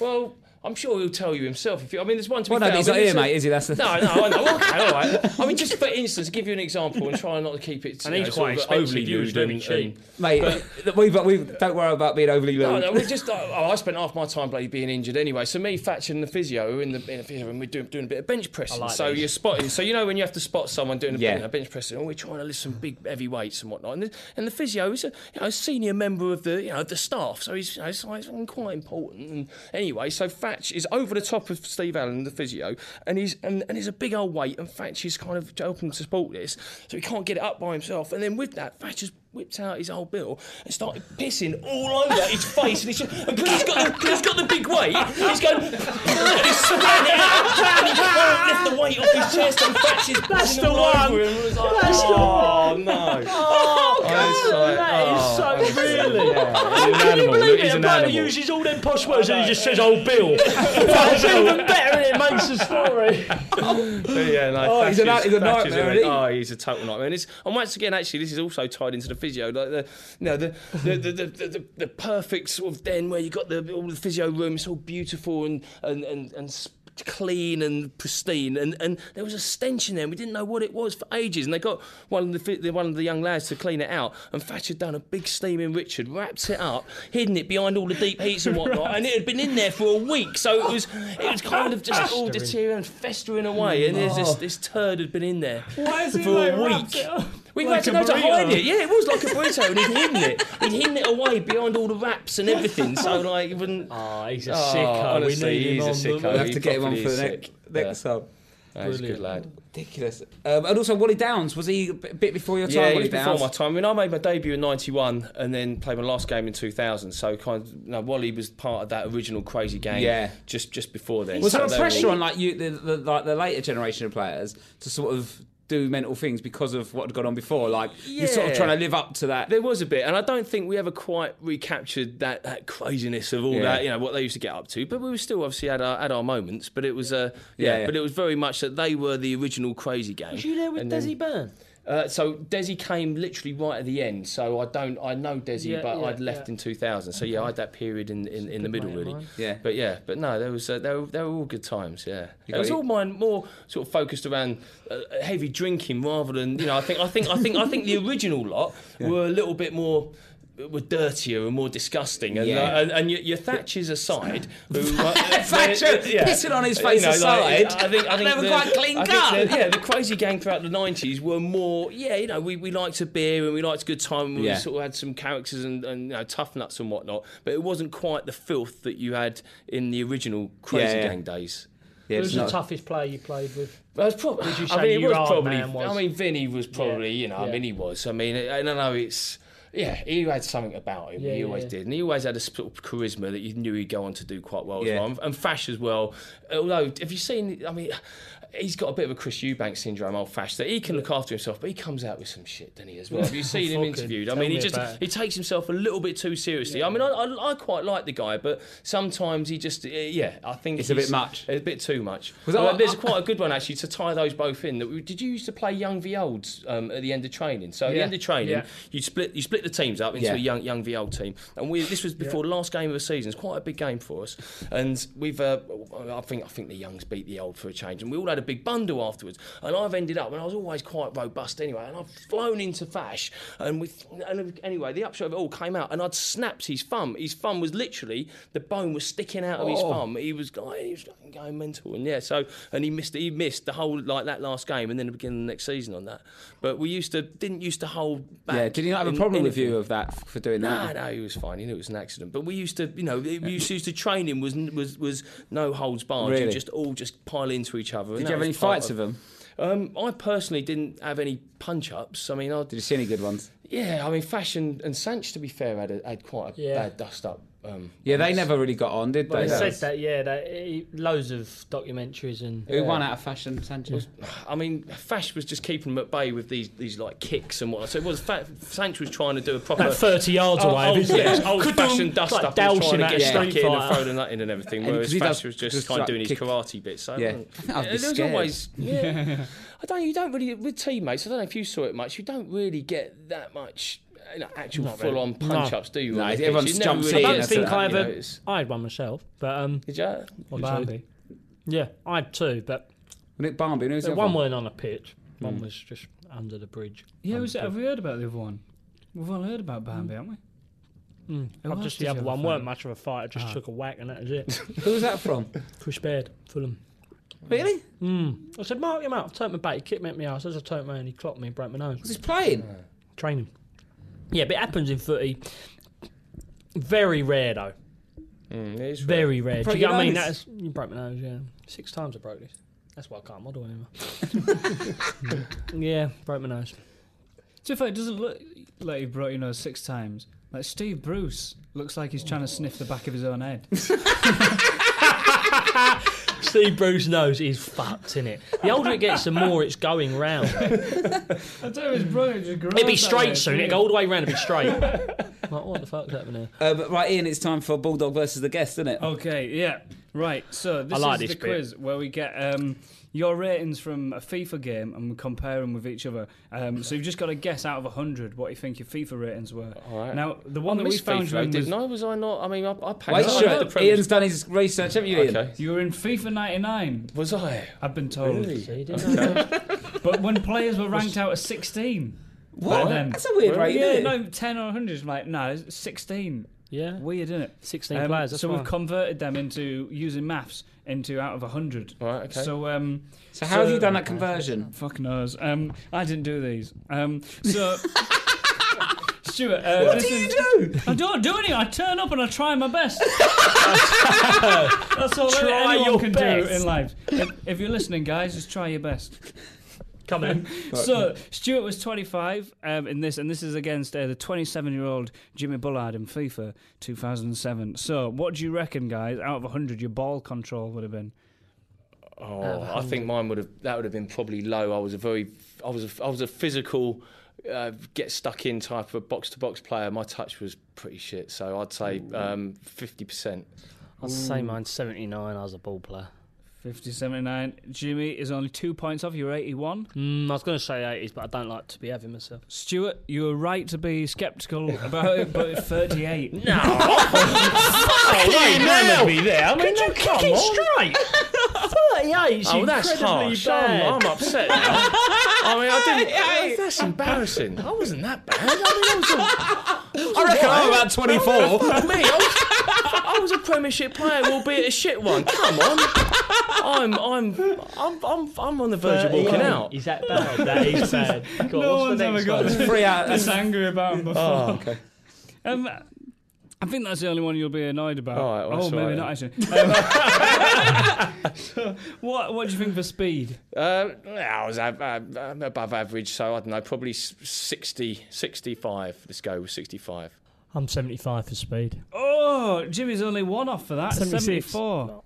[SPEAKER 7] well. I'm sure he'll tell you himself. If you, I mean, there's one to be
[SPEAKER 5] Well, no,
[SPEAKER 7] fair,
[SPEAKER 5] but he's
[SPEAKER 7] I mean,
[SPEAKER 5] not here,
[SPEAKER 7] there's a-
[SPEAKER 5] mate, is he? That's the-
[SPEAKER 7] no, no, I know. Okay, all right. I mean, just for instance, give you an example and try not to keep it.
[SPEAKER 5] And
[SPEAKER 7] you
[SPEAKER 5] he's
[SPEAKER 7] know,
[SPEAKER 5] quite
[SPEAKER 7] sort of overly
[SPEAKER 5] expensive, he was
[SPEAKER 7] lewd
[SPEAKER 5] very
[SPEAKER 7] and-
[SPEAKER 5] cheap.
[SPEAKER 7] and-
[SPEAKER 5] Mate, <laughs> we've, we've, don't worry about being overly
[SPEAKER 7] No,
[SPEAKER 5] loud.
[SPEAKER 7] no, we just. Oh, I spent half my time bloody being injured anyway. So me, Thatcher, and the physio were in the, in the physio, and we're doing, doing a bit of bench pressing.
[SPEAKER 10] like
[SPEAKER 7] so
[SPEAKER 10] these.
[SPEAKER 7] you're spotting. So you know when you have to spot someone doing a,
[SPEAKER 10] Yeah.
[SPEAKER 7] bench, a bench pressing, oh, we're trying to lift some big heavy weights and whatnot. And the, and the physio is a you know, senior member of the you know the staff, so he's you know, so he's quite important. And anyway, so Thatch is over the top of Steve Allen, the physio, and he's and, and there's a big old weight, and Thatch is kind of helping to support this, so he can't get it up by himself. And then with that, Thatcher's whipped out his old bill and started pissing all over his face. And he's just, and 'cause he's got the, 'cause he's got the big weight, he's going, <laughs> and he's spat it out, and he just won't lift the weight off his chest and Thatch is
[SPEAKER 10] That's
[SPEAKER 7] pissing
[SPEAKER 10] the
[SPEAKER 7] all over
[SPEAKER 10] one.
[SPEAKER 7] him. It was like,
[SPEAKER 10] That's the
[SPEAKER 7] oh,
[SPEAKER 10] one.
[SPEAKER 7] no.
[SPEAKER 10] Oh,
[SPEAKER 7] I was
[SPEAKER 10] God,
[SPEAKER 7] like,
[SPEAKER 10] that is
[SPEAKER 7] oh,
[SPEAKER 10] so
[SPEAKER 7] I was-
[SPEAKER 10] really.
[SPEAKER 7] Yeah,
[SPEAKER 10] How
[SPEAKER 7] he's an
[SPEAKER 10] can you
[SPEAKER 7] animal,
[SPEAKER 10] believe
[SPEAKER 7] he's
[SPEAKER 10] it? A
[SPEAKER 7] an
[SPEAKER 10] bloke
[SPEAKER 7] animal.
[SPEAKER 10] uses all them posh words and he just says "old <laughs> Bill." That's even better, and it makes a story.
[SPEAKER 7] But yeah, no,
[SPEAKER 10] Oh, he's a
[SPEAKER 7] Thatcher's-
[SPEAKER 10] night- he's a
[SPEAKER 7] Thatcher's
[SPEAKER 10] nightmare,
[SPEAKER 7] a-
[SPEAKER 10] isn't he?
[SPEAKER 7] Oh, he's a total nightmare. And, it's, and once again, actually, this is also tied into the physio. Like the, you know, the the, the, the, the, the, the perfect sort of den where you got the all the physio room. It's all beautiful and and and. and sp- clean and pristine and, and there was a stench in there and we didn't know what it was for ages and they got one of the, fi- the one of the young lads to clean it out and Thatcher done a big steaming Richard wrapped it up hidden it behind all the deep heats and whatnot and it had been in there for a week so it was it was kind of just all
[SPEAKER 10] Festering.
[SPEAKER 7] deteriorating festering away and there's
[SPEAKER 10] Oh.
[SPEAKER 7] this this turd had been in there
[SPEAKER 10] Why is
[SPEAKER 7] for
[SPEAKER 10] he, like,
[SPEAKER 7] a
[SPEAKER 10] wrapped
[SPEAKER 7] week.
[SPEAKER 10] it up?
[SPEAKER 7] We
[SPEAKER 10] Like
[SPEAKER 7] had to
[SPEAKER 10] a
[SPEAKER 7] go to
[SPEAKER 10] burrito.
[SPEAKER 7] hide it. Yeah, it was like a burrito, and he'd hidden it. He'd hidden it away behind all the wraps and everything. So like, it wouldn't.
[SPEAKER 10] <laughs>
[SPEAKER 6] Ah,
[SPEAKER 10] Oh, he's
[SPEAKER 7] a sicko. We need him on, don't we?
[SPEAKER 5] We'll have to
[SPEAKER 7] He
[SPEAKER 5] get him on
[SPEAKER 7] properly
[SPEAKER 5] for
[SPEAKER 7] is
[SPEAKER 5] the next,
[SPEAKER 7] sick.
[SPEAKER 5] next
[SPEAKER 7] Yeah.
[SPEAKER 5] sub.
[SPEAKER 7] No, he's a good lad.
[SPEAKER 5] Ridiculous. Um, and also, Wally Downs, was he a b- bit before your time?
[SPEAKER 7] Yeah, it
[SPEAKER 5] Wally
[SPEAKER 7] was before
[SPEAKER 5] Downs?
[SPEAKER 7] my time. I mean, I made my debut in '91 and then played my last game in 2000. So kind of, no, Wally was part of that original crazy game.
[SPEAKER 5] Yeah.
[SPEAKER 7] just just before then.
[SPEAKER 5] Was
[SPEAKER 7] So
[SPEAKER 5] there
[SPEAKER 7] they
[SPEAKER 5] a
[SPEAKER 7] were
[SPEAKER 5] pressure
[SPEAKER 7] all-
[SPEAKER 5] on like you, the, the, like the later generation of players, to sort of do mental things because of what had gone on before? Like you're sort of
[SPEAKER 7] Yeah.
[SPEAKER 5] trying to live up to that.
[SPEAKER 7] There was a bit, and I don't think we ever quite recaptured that, that craziness of all
[SPEAKER 5] Yeah.
[SPEAKER 7] that, you know, what they used to get up to. But we were still obviously had our had our moments. But it was uh, yeah,
[SPEAKER 5] Yeah, yeah.
[SPEAKER 7] but it was very much that they were the original crazy game.
[SPEAKER 10] Was you there with
[SPEAKER 7] And then-
[SPEAKER 10] Desi Byrne?
[SPEAKER 7] Uh, so Desi came literally right at the end. So I don't, I know Desi,
[SPEAKER 10] Yeah,
[SPEAKER 7] but
[SPEAKER 10] yeah,
[SPEAKER 7] I'd left
[SPEAKER 10] yeah.
[SPEAKER 7] in 2000. So yeah, I had that period in, in, in the middle
[SPEAKER 10] mate of
[SPEAKER 7] really.
[SPEAKER 10] mine.
[SPEAKER 5] Yeah.
[SPEAKER 7] But yeah, but no, there was uh, they, were, they were all good times. Yeah,
[SPEAKER 5] You
[SPEAKER 7] it was
[SPEAKER 5] got it.
[SPEAKER 7] all mine more sort of focused around uh, heavy drinking rather than you know. I think I think I think I think the original
[SPEAKER 5] <laughs>
[SPEAKER 7] lot were a little bit more. Were dirtier and more disgusting, and,
[SPEAKER 5] Yeah.
[SPEAKER 7] uh, and, and your, your Thatcher's
[SPEAKER 5] <laughs>
[SPEAKER 7] aside, who, uh, <laughs>
[SPEAKER 5] Thatcher pissing on his face aside.
[SPEAKER 7] I think I think
[SPEAKER 5] <laughs> They were
[SPEAKER 7] the-
[SPEAKER 5] quite clean
[SPEAKER 7] I think
[SPEAKER 5] cut.
[SPEAKER 7] the- yeah,
[SPEAKER 5] <laughs>
[SPEAKER 7] the crazy gang throughout the nineties were more. Yeah, you know, we, we liked a beer and we liked a good time. And
[SPEAKER 5] Yeah.
[SPEAKER 7] We sort of had some characters and, and you know, tough nuts and whatnot. But it wasn't quite the filth that you had in the original crazy
[SPEAKER 5] Yeah, yeah.
[SPEAKER 7] gang days.
[SPEAKER 5] Yeah,
[SPEAKER 10] Who
[SPEAKER 5] it's
[SPEAKER 10] was the
[SPEAKER 5] not-
[SPEAKER 10] toughest player you played with?
[SPEAKER 7] Well, it's prob-
[SPEAKER 10] Would you
[SPEAKER 7] I
[SPEAKER 10] say
[SPEAKER 7] mean, it
[SPEAKER 10] your
[SPEAKER 7] was
[SPEAKER 10] hard
[SPEAKER 7] probably.
[SPEAKER 10] man was?
[SPEAKER 7] I mean, Vinny was probably. You know, I
[SPEAKER 10] yeah.
[SPEAKER 7] mean, he was. I mean, and I know it's. Yeah, he had something about him.
[SPEAKER 10] Yeah,
[SPEAKER 7] he
[SPEAKER 10] yeah,
[SPEAKER 7] always
[SPEAKER 10] yeah.
[SPEAKER 7] did, and he always had a sort of charisma that you knew he'd go on to do quite well
[SPEAKER 5] Yeah.
[SPEAKER 7] as well. And, and Fash as well. Although, have you seen? I mean, he's got a bit of a Chris Eubank syndrome, old Fash, that he can look after himself, but he comes out with some shit, doesn't he? As well, have you seen him
[SPEAKER 10] <laughs> Fucking
[SPEAKER 7] interviewed? I
[SPEAKER 10] tell
[SPEAKER 7] mean, he
[SPEAKER 10] me
[SPEAKER 7] just
[SPEAKER 10] about it.
[SPEAKER 7] he takes himself a little bit too seriously. I mean, I, I, I quite like the guy, but sometimes he just, uh, yeah, I think
[SPEAKER 5] It's a bit
[SPEAKER 7] he's-
[SPEAKER 5] much.
[SPEAKER 7] It's a bit too much.
[SPEAKER 5] Was that
[SPEAKER 7] Uh,
[SPEAKER 5] like-
[SPEAKER 7] there's quite a good one actually to tie those both in. That we, did you used to play young v olds um, at the end of training? So at the
[SPEAKER 10] Yeah.
[SPEAKER 7] end of training,
[SPEAKER 10] Yeah.
[SPEAKER 7] you split you split the teams up into
[SPEAKER 5] Yeah.
[SPEAKER 7] a young young v old team, and we this was before the last game of the season. It's quite a big game for us, and we've uh, I think I think the youngs beat the old for a change, and we all had a big bundle afterwards. And I've ended up, and I was always quite robust anyway, and I've flown into Fash, and with and anyway the upshot of it all came out, and I'd snapped his thumb. His thumb was literally the bone was sticking out of his
[SPEAKER 5] Oh.
[SPEAKER 7] thumb. He was going, he was fucking going mental, and yeah, so and he missed, he missed the whole like that last game, and then the beginning of the next season on that. But we used to didn't used to hold back.
[SPEAKER 5] Yeah, did he not have a
[SPEAKER 7] in
[SPEAKER 5] problem with
[SPEAKER 7] anything.
[SPEAKER 5] you of that f- for doing
[SPEAKER 7] No,
[SPEAKER 5] that?
[SPEAKER 7] no, he was fine. He knew it was an accident. But we used to, you know, we used used to train him was was was no holds barred. You
[SPEAKER 5] Really?
[SPEAKER 7] just all just pile into each other. and
[SPEAKER 5] Did you
[SPEAKER 7] that
[SPEAKER 5] have
[SPEAKER 7] was
[SPEAKER 5] any
[SPEAKER 7] part
[SPEAKER 5] fights
[SPEAKER 7] of-
[SPEAKER 5] with him?
[SPEAKER 7] Um, I personally didn't have any punch ups. I mean, I
[SPEAKER 5] Did you see any good ones?
[SPEAKER 7] yeah, I mean, Fashion and Sanch, to be fair, had a, had quite a
[SPEAKER 10] Yeah.
[SPEAKER 7] bad dust up. Um,
[SPEAKER 5] Yeah, they never really got on, did
[SPEAKER 10] Well,
[SPEAKER 5] they?
[SPEAKER 10] he said that, yeah. That, he, loads of documentaries and
[SPEAKER 5] Who won out of fashion, Sanchez?
[SPEAKER 7] I mean, Fash was just keeping them at bay with these these like kicks and whatnot. So it was Fa- Sanch was trying to do a proper
[SPEAKER 10] About 30 yards
[SPEAKER 7] Oh,
[SPEAKER 10] away,
[SPEAKER 7] old,
[SPEAKER 10] isn't it?
[SPEAKER 7] old fashioned dust
[SPEAKER 10] Like
[SPEAKER 7] up, he was
[SPEAKER 10] dousing
[SPEAKER 7] trying
[SPEAKER 10] at
[SPEAKER 7] to
[SPEAKER 10] a
[SPEAKER 7] get stuck
[SPEAKER 10] street
[SPEAKER 7] in and
[SPEAKER 10] fighter.
[SPEAKER 7] throwing that in and everything.
[SPEAKER 5] And
[SPEAKER 7] Whereas
[SPEAKER 5] 'cause he does
[SPEAKER 7] Fash was
[SPEAKER 5] just
[SPEAKER 7] just kind
[SPEAKER 5] like
[SPEAKER 7] of doing his
[SPEAKER 5] kick-
[SPEAKER 7] karate bits. So
[SPEAKER 5] Yeah. I'd be
[SPEAKER 7] there was
[SPEAKER 5] scared.
[SPEAKER 7] always yeah. I don't. You don't really with teammates. I don't know if you saw it much. You don't really get that much you know, actual
[SPEAKER 6] Not really.
[SPEAKER 7] full on
[SPEAKER 6] No.
[SPEAKER 7] punch ups, do you?
[SPEAKER 5] No,
[SPEAKER 7] on the pitch?
[SPEAKER 5] everyone's
[SPEAKER 7] You never
[SPEAKER 5] jumped
[SPEAKER 7] really
[SPEAKER 5] in,
[SPEAKER 7] get
[SPEAKER 5] that's
[SPEAKER 7] to
[SPEAKER 5] it.
[SPEAKER 7] that,
[SPEAKER 6] I,
[SPEAKER 7] you
[SPEAKER 6] ever,
[SPEAKER 7] know, it's-
[SPEAKER 6] I had one myself, but um,
[SPEAKER 7] did you?
[SPEAKER 6] Or
[SPEAKER 5] Did
[SPEAKER 6] Bambi? Yeah, I had two, but
[SPEAKER 5] Nick Barmby, who's the
[SPEAKER 6] one,
[SPEAKER 5] other one?
[SPEAKER 6] weren't on a pitch. One
[SPEAKER 5] Hmm.
[SPEAKER 6] was just under the bridge.
[SPEAKER 8] Yeah,
[SPEAKER 6] Um,
[SPEAKER 8] was it,
[SPEAKER 6] but-
[SPEAKER 8] have we heard about the other one? We've all heard about Bambi, haven't we?
[SPEAKER 6] Mm.
[SPEAKER 8] Who
[SPEAKER 6] I've
[SPEAKER 8] else
[SPEAKER 6] just
[SPEAKER 8] did
[SPEAKER 6] the
[SPEAKER 8] you
[SPEAKER 6] other
[SPEAKER 8] have
[SPEAKER 6] one
[SPEAKER 8] a
[SPEAKER 6] weren't
[SPEAKER 8] fight?
[SPEAKER 6] much of a fight. I just
[SPEAKER 8] Ah.
[SPEAKER 6] took a whack and that was it.
[SPEAKER 5] Who was
[SPEAKER 8] <laughs>
[SPEAKER 5] that from?
[SPEAKER 6] Chris Baird, Fulham.
[SPEAKER 5] Really?
[SPEAKER 6] Mm. I said, mark him out. I turned my back. He kicked me at my ass. As I turned around, he clocked me and broke my nose. Was
[SPEAKER 5] he playing?
[SPEAKER 6] Training. Yeah, but it happens in footy. Very rare, though.
[SPEAKER 7] Mm,
[SPEAKER 6] Very rare. Do
[SPEAKER 5] Broke
[SPEAKER 6] you know
[SPEAKER 5] your
[SPEAKER 6] what I mean?
[SPEAKER 5] nose?
[SPEAKER 6] That's, you broke my nose, yeah. Six times I broke this. That's why I can't model anymore. <laughs> yeah, broke my nose.
[SPEAKER 8] To be fair, it doesn't look like he brought your nose six times. Like Steve Bruce looks like he's trying to sniff the back of his own <laughs> head.
[SPEAKER 6] Steve Bruce's nose is fucked, isn't it? The older it gets, the more it's going <laughs> round.
[SPEAKER 8] I tell you, his brother just
[SPEAKER 6] It'd
[SPEAKER 8] grows
[SPEAKER 6] be
[SPEAKER 8] that way.
[SPEAKER 6] straight soon. It'd go all the way round. It'd be <laughs> straight. like, what the fuck's happening
[SPEAKER 5] Um, right, Ian, it's time for Bulldog versus the guest, isn't it?
[SPEAKER 8] Okay, yeah, right. So this
[SPEAKER 5] I like
[SPEAKER 8] is
[SPEAKER 5] this
[SPEAKER 8] the
[SPEAKER 5] bit.
[SPEAKER 8] quiz where we get um, your ratings from a FIFA game and we compare them with each other. Um, so you've just got to guess out of hundred what you think your FIFA ratings were.
[SPEAKER 7] All right.
[SPEAKER 8] Now the one
[SPEAKER 7] I
[SPEAKER 8] that we
[SPEAKER 7] missed
[SPEAKER 8] found
[SPEAKER 7] FIFA,
[SPEAKER 8] you in was
[SPEAKER 7] didn't I? Was I not? I mean, I, I paid.
[SPEAKER 5] Wait,
[SPEAKER 7] I
[SPEAKER 5] sure.
[SPEAKER 7] know the premise.
[SPEAKER 5] Ian's done his research, haven't you, Ian?
[SPEAKER 7] Okay.
[SPEAKER 8] you were in FIFA 99.
[SPEAKER 7] Was I?
[SPEAKER 8] I've been told.
[SPEAKER 7] Really?
[SPEAKER 6] See, didn't I?
[SPEAKER 8] Okay. but when players
[SPEAKER 5] <laughs>
[SPEAKER 8] were ranked out of 16.
[SPEAKER 5] What?
[SPEAKER 8] Back then.
[SPEAKER 5] That's a weird rate,
[SPEAKER 8] Yeah,
[SPEAKER 5] isn't it?
[SPEAKER 8] no, 10 or 100 is like, no, it's 16.
[SPEAKER 6] Yeah.
[SPEAKER 8] Weird, isn't it? Um,
[SPEAKER 6] 16 players, that's
[SPEAKER 8] So
[SPEAKER 6] fine.
[SPEAKER 8] we've converted them into using maths into out of 100.
[SPEAKER 7] Right, okay.
[SPEAKER 8] So, um,
[SPEAKER 5] So uh, how have you done that conversion?
[SPEAKER 8] Fuck knows. Um, I didn't do these. Um,
[SPEAKER 6] <laughs>
[SPEAKER 8] so. Stuart, uh,
[SPEAKER 5] What
[SPEAKER 8] this
[SPEAKER 5] do you
[SPEAKER 8] is-
[SPEAKER 5] do?
[SPEAKER 8] I don't do anything. I turn up and I try my best. That's all
[SPEAKER 6] Try
[SPEAKER 8] anyone
[SPEAKER 6] your
[SPEAKER 8] can do
[SPEAKER 6] best.
[SPEAKER 8] in life. If, if you're listening, guys, just try your best.
[SPEAKER 6] Come in.
[SPEAKER 8] <laughs> So Stuart was 25 um, in this, and this is against uh, the 27-year-old Jimmy Bullard in FIFA 2007. So, what do you reckon, guys? Out of 100, your ball control would have been.
[SPEAKER 7] Oh, I think mine would have that would have been probably low. I was a very I was a, I was a physical uh, get stuck in type of box to box player. My touch was pretty shit, so I'd say um, fifty <laughs> percent.
[SPEAKER 6] I'd say mine's 79. I was a ball player.
[SPEAKER 8] 50 79. Jimmy is only two points off. You're 81.
[SPEAKER 6] Mm, I was going to say 80s, but I don't like to be having myself.
[SPEAKER 8] Stuart, you were right to be sceptical about it, but 38.
[SPEAKER 7] <laughs>
[SPEAKER 6] No. Oh, they hammered me there. I mean, no, come on.
[SPEAKER 7] <laughs>
[SPEAKER 6] straight? 38 is
[SPEAKER 7] Oh, that's
[SPEAKER 6] incredibly
[SPEAKER 7] harsh.
[SPEAKER 6] bad.
[SPEAKER 7] I'm, I'm upset now. I mean, I
[SPEAKER 6] <laughs>
[SPEAKER 7] didn't. That's embarrassing. I wasn't that bad. I mean, I was. A, I was
[SPEAKER 5] I reckon I'm
[SPEAKER 7] alright.
[SPEAKER 5] about 24.
[SPEAKER 7] Fuck <laughs> me, I was, I was a Premiership player, albeit a shit one. Come on. I'm, I'm, I'm, I'm, I'm on the verge of walking out.
[SPEAKER 6] Is that bad? <laughs> That Uh, is bad. Go on,
[SPEAKER 8] no
[SPEAKER 6] what's the
[SPEAKER 8] one's ever
[SPEAKER 6] next
[SPEAKER 8] got
[SPEAKER 6] one?
[SPEAKER 8] this,
[SPEAKER 5] <laughs> Three out-
[SPEAKER 8] this angry about him before.
[SPEAKER 7] Oh, okay.
[SPEAKER 8] Um, I think that's the only one you'll be annoyed about.
[SPEAKER 7] All right, well,
[SPEAKER 8] oh,
[SPEAKER 7] that's all
[SPEAKER 8] maybe
[SPEAKER 7] right
[SPEAKER 8] not actually. Um, <laughs> so, what What do you think for speed?
[SPEAKER 7] Uh, I was ab- ab- ab- above average, so I don't know, probably s- 60, 65. Let's go with 65.
[SPEAKER 6] I'm 75 for speed.
[SPEAKER 8] Oh, Jimmy's only one off for that.
[SPEAKER 6] 76.
[SPEAKER 8] 74.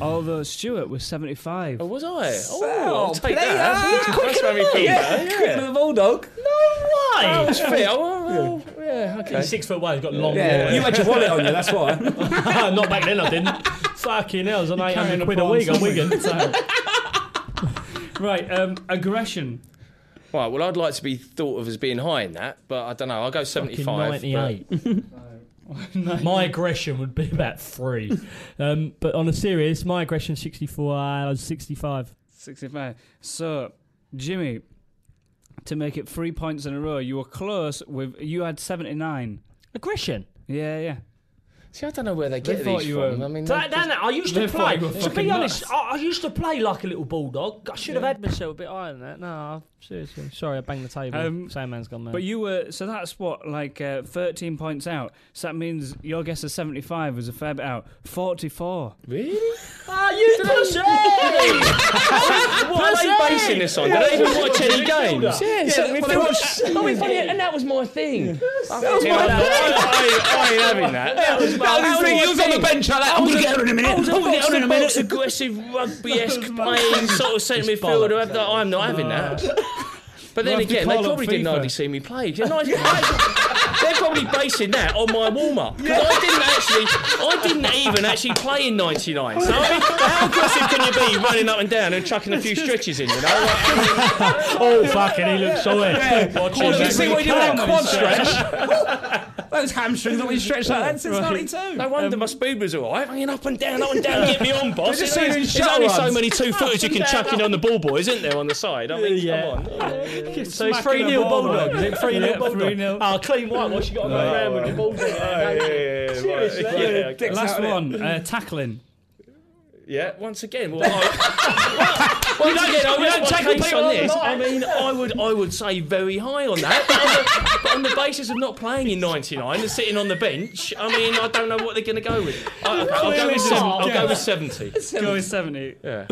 [SPEAKER 8] Although Stuart was 75.
[SPEAKER 7] Oh, was I?
[SPEAKER 5] Oh,
[SPEAKER 7] Oh, I'll take
[SPEAKER 5] player.
[SPEAKER 7] that.
[SPEAKER 5] He's
[SPEAKER 7] That's where we feel
[SPEAKER 5] Yeah,
[SPEAKER 7] better,
[SPEAKER 5] quicker than the Bulldog.
[SPEAKER 6] No
[SPEAKER 7] That was fair.
[SPEAKER 6] way!
[SPEAKER 7] Oh, well, yeah, okay.
[SPEAKER 6] He's six foot one, he's got long
[SPEAKER 5] Yeah,
[SPEAKER 6] <laughs> hair.
[SPEAKER 5] you had your wallet on you, that's why.
[SPEAKER 6] Not back then, I didn't. Fucking hell, I was on 800
[SPEAKER 8] Carrying
[SPEAKER 6] quid a
[SPEAKER 8] bomb
[SPEAKER 6] week on
[SPEAKER 8] somewhere.
[SPEAKER 6] Wigan. <laughs>
[SPEAKER 8] So- right, um, aggression.
[SPEAKER 7] Right, well, I'd like to be thought of as being high in that, but I don't know. I'll go 75. but-
[SPEAKER 6] 98. <laughs> my aggression would be about three. Um, but on a serious, my aggression 64, I was 65.
[SPEAKER 8] 65. So, Jimmy, to make it three points in a row, you were close with. You had 79.
[SPEAKER 6] Aggression?
[SPEAKER 8] Yeah, yeah.
[SPEAKER 7] See, I don't know where they
[SPEAKER 8] They
[SPEAKER 7] get
[SPEAKER 8] thought
[SPEAKER 7] these
[SPEAKER 8] you
[SPEAKER 7] from.
[SPEAKER 8] were-
[SPEAKER 7] I mean,
[SPEAKER 6] So that,
[SPEAKER 7] they-
[SPEAKER 6] that, I used
[SPEAKER 8] They
[SPEAKER 6] to play.
[SPEAKER 8] thought you were
[SPEAKER 6] To
[SPEAKER 8] fucking
[SPEAKER 6] be honest,
[SPEAKER 8] nuts.
[SPEAKER 6] I, I used to play like a little bulldog. I should have had myself a bit higher than that. No, I- seriously. Sorry, I banged the table.
[SPEAKER 8] Um,
[SPEAKER 6] Sandman's gone mad.
[SPEAKER 8] But you were so that's what like uh, 13 points out. So that means your guess of 75 was a fair bit out. 44.
[SPEAKER 7] really?
[SPEAKER 6] ah, you pussy!
[SPEAKER 7] What are they basing this on? Do they even watch any
[SPEAKER 6] Yeah.
[SPEAKER 7] games? Yeah, so
[SPEAKER 5] well,
[SPEAKER 7] if
[SPEAKER 5] they
[SPEAKER 7] they
[SPEAKER 5] watch-
[SPEAKER 7] watch- I mean, funny, and that was my thing. That
[SPEAKER 5] was my
[SPEAKER 7] I I ain't having that. That was my
[SPEAKER 5] That was his thing, he was on the bench like that. I'm going to get her in a
[SPEAKER 7] I
[SPEAKER 5] minute.
[SPEAKER 7] was a
[SPEAKER 5] I'm going to get her in a minute.
[SPEAKER 7] box-to-box aggressive
[SPEAKER 5] <laughs>
[SPEAKER 7] rugby-esque playing sort of centre midfielder. Have that- I'm not having that. But then
[SPEAKER 8] have to
[SPEAKER 7] again, they
[SPEAKER 8] call up
[SPEAKER 7] probably didn't
[SPEAKER 8] FIFA.
[SPEAKER 5] <laughs>
[SPEAKER 7] hardly see me play. Didn't I? I- They're probably basing that on my warm up. Because I didn't actually, I didn't even actually play in '99. So I mean, how aggressive can you be running up and down and chucking a few stretches in? You know. Like,
[SPEAKER 6] oh fucking, he looks so ill.
[SPEAKER 7] Watching that.
[SPEAKER 5] <laughs> Those hamstrings that we stretched like that since
[SPEAKER 7] Right.
[SPEAKER 5] 92.
[SPEAKER 7] No wonder my speed was all right. Hanging up and down, up and down, get me on, <laughs> boss.
[SPEAKER 5] They
[SPEAKER 7] There's
[SPEAKER 5] just see
[SPEAKER 7] only,
[SPEAKER 5] these
[SPEAKER 7] there's
[SPEAKER 5] shot
[SPEAKER 7] only so
[SPEAKER 5] runs.
[SPEAKER 7] many two footers you
[SPEAKER 5] Up
[SPEAKER 7] can
[SPEAKER 5] and
[SPEAKER 7] chuck
[SPEAKER 5] down.
[SPEAKER 7] in on the ball, boy, isn't there, on the side? I mean,
[SPEAKER 6] Yeah.
[SPEAKER 7] come on.
[SPEAKER 6] So it's
[SPEAKER 7] Smacking
[SPEAKER 6] 3 0
[SPEAKER 7] the ball,
[SPEAKER 6] Bulldog.
[SPEAKER 7] mate.
[SPEAKER 6] Is it 3 0
[SPEAKER 7] Yeah,
[SPEAKER 6] Bulldog?
[SPEAKER 7] 3-0.
[SPEAKER 6] Ah, clean white wash. you got to go around with the ball. Seriously.
[SPEAKER 8] Last one, uh, tackling.
[SPEAKER 7] Yeah, once again. <laughs> Well, I, well,
[SPEAKER 6] You
[SPEAKER 7] once
[SPEAKER 6] don't-
[SPEAKER 7] again, I
[SPEAKER 6] you
[SPEAKER 7] was
[SPEAKER 6] don't
[SPEAKER 7] my
[SPEAKER 6] take a
[SPEAKER 7] case
[SPEAKER 6] people
[SPEAKER 7] on
[SPEAKER 6] on the
[SPEAKER 7] this. I
[SPEAKER 6] line.
[SPEAKER 7] mean, I would, I would say very high on that. But on the, but on the basis of not playing in '99 and sitting on the bench, I mean, I don't know what they're going to go with. I, okay, I'll, go with seven, I'll go with 70.
[SPEAKER 8] Go with 70.
[SPEAKER 7] Yeah.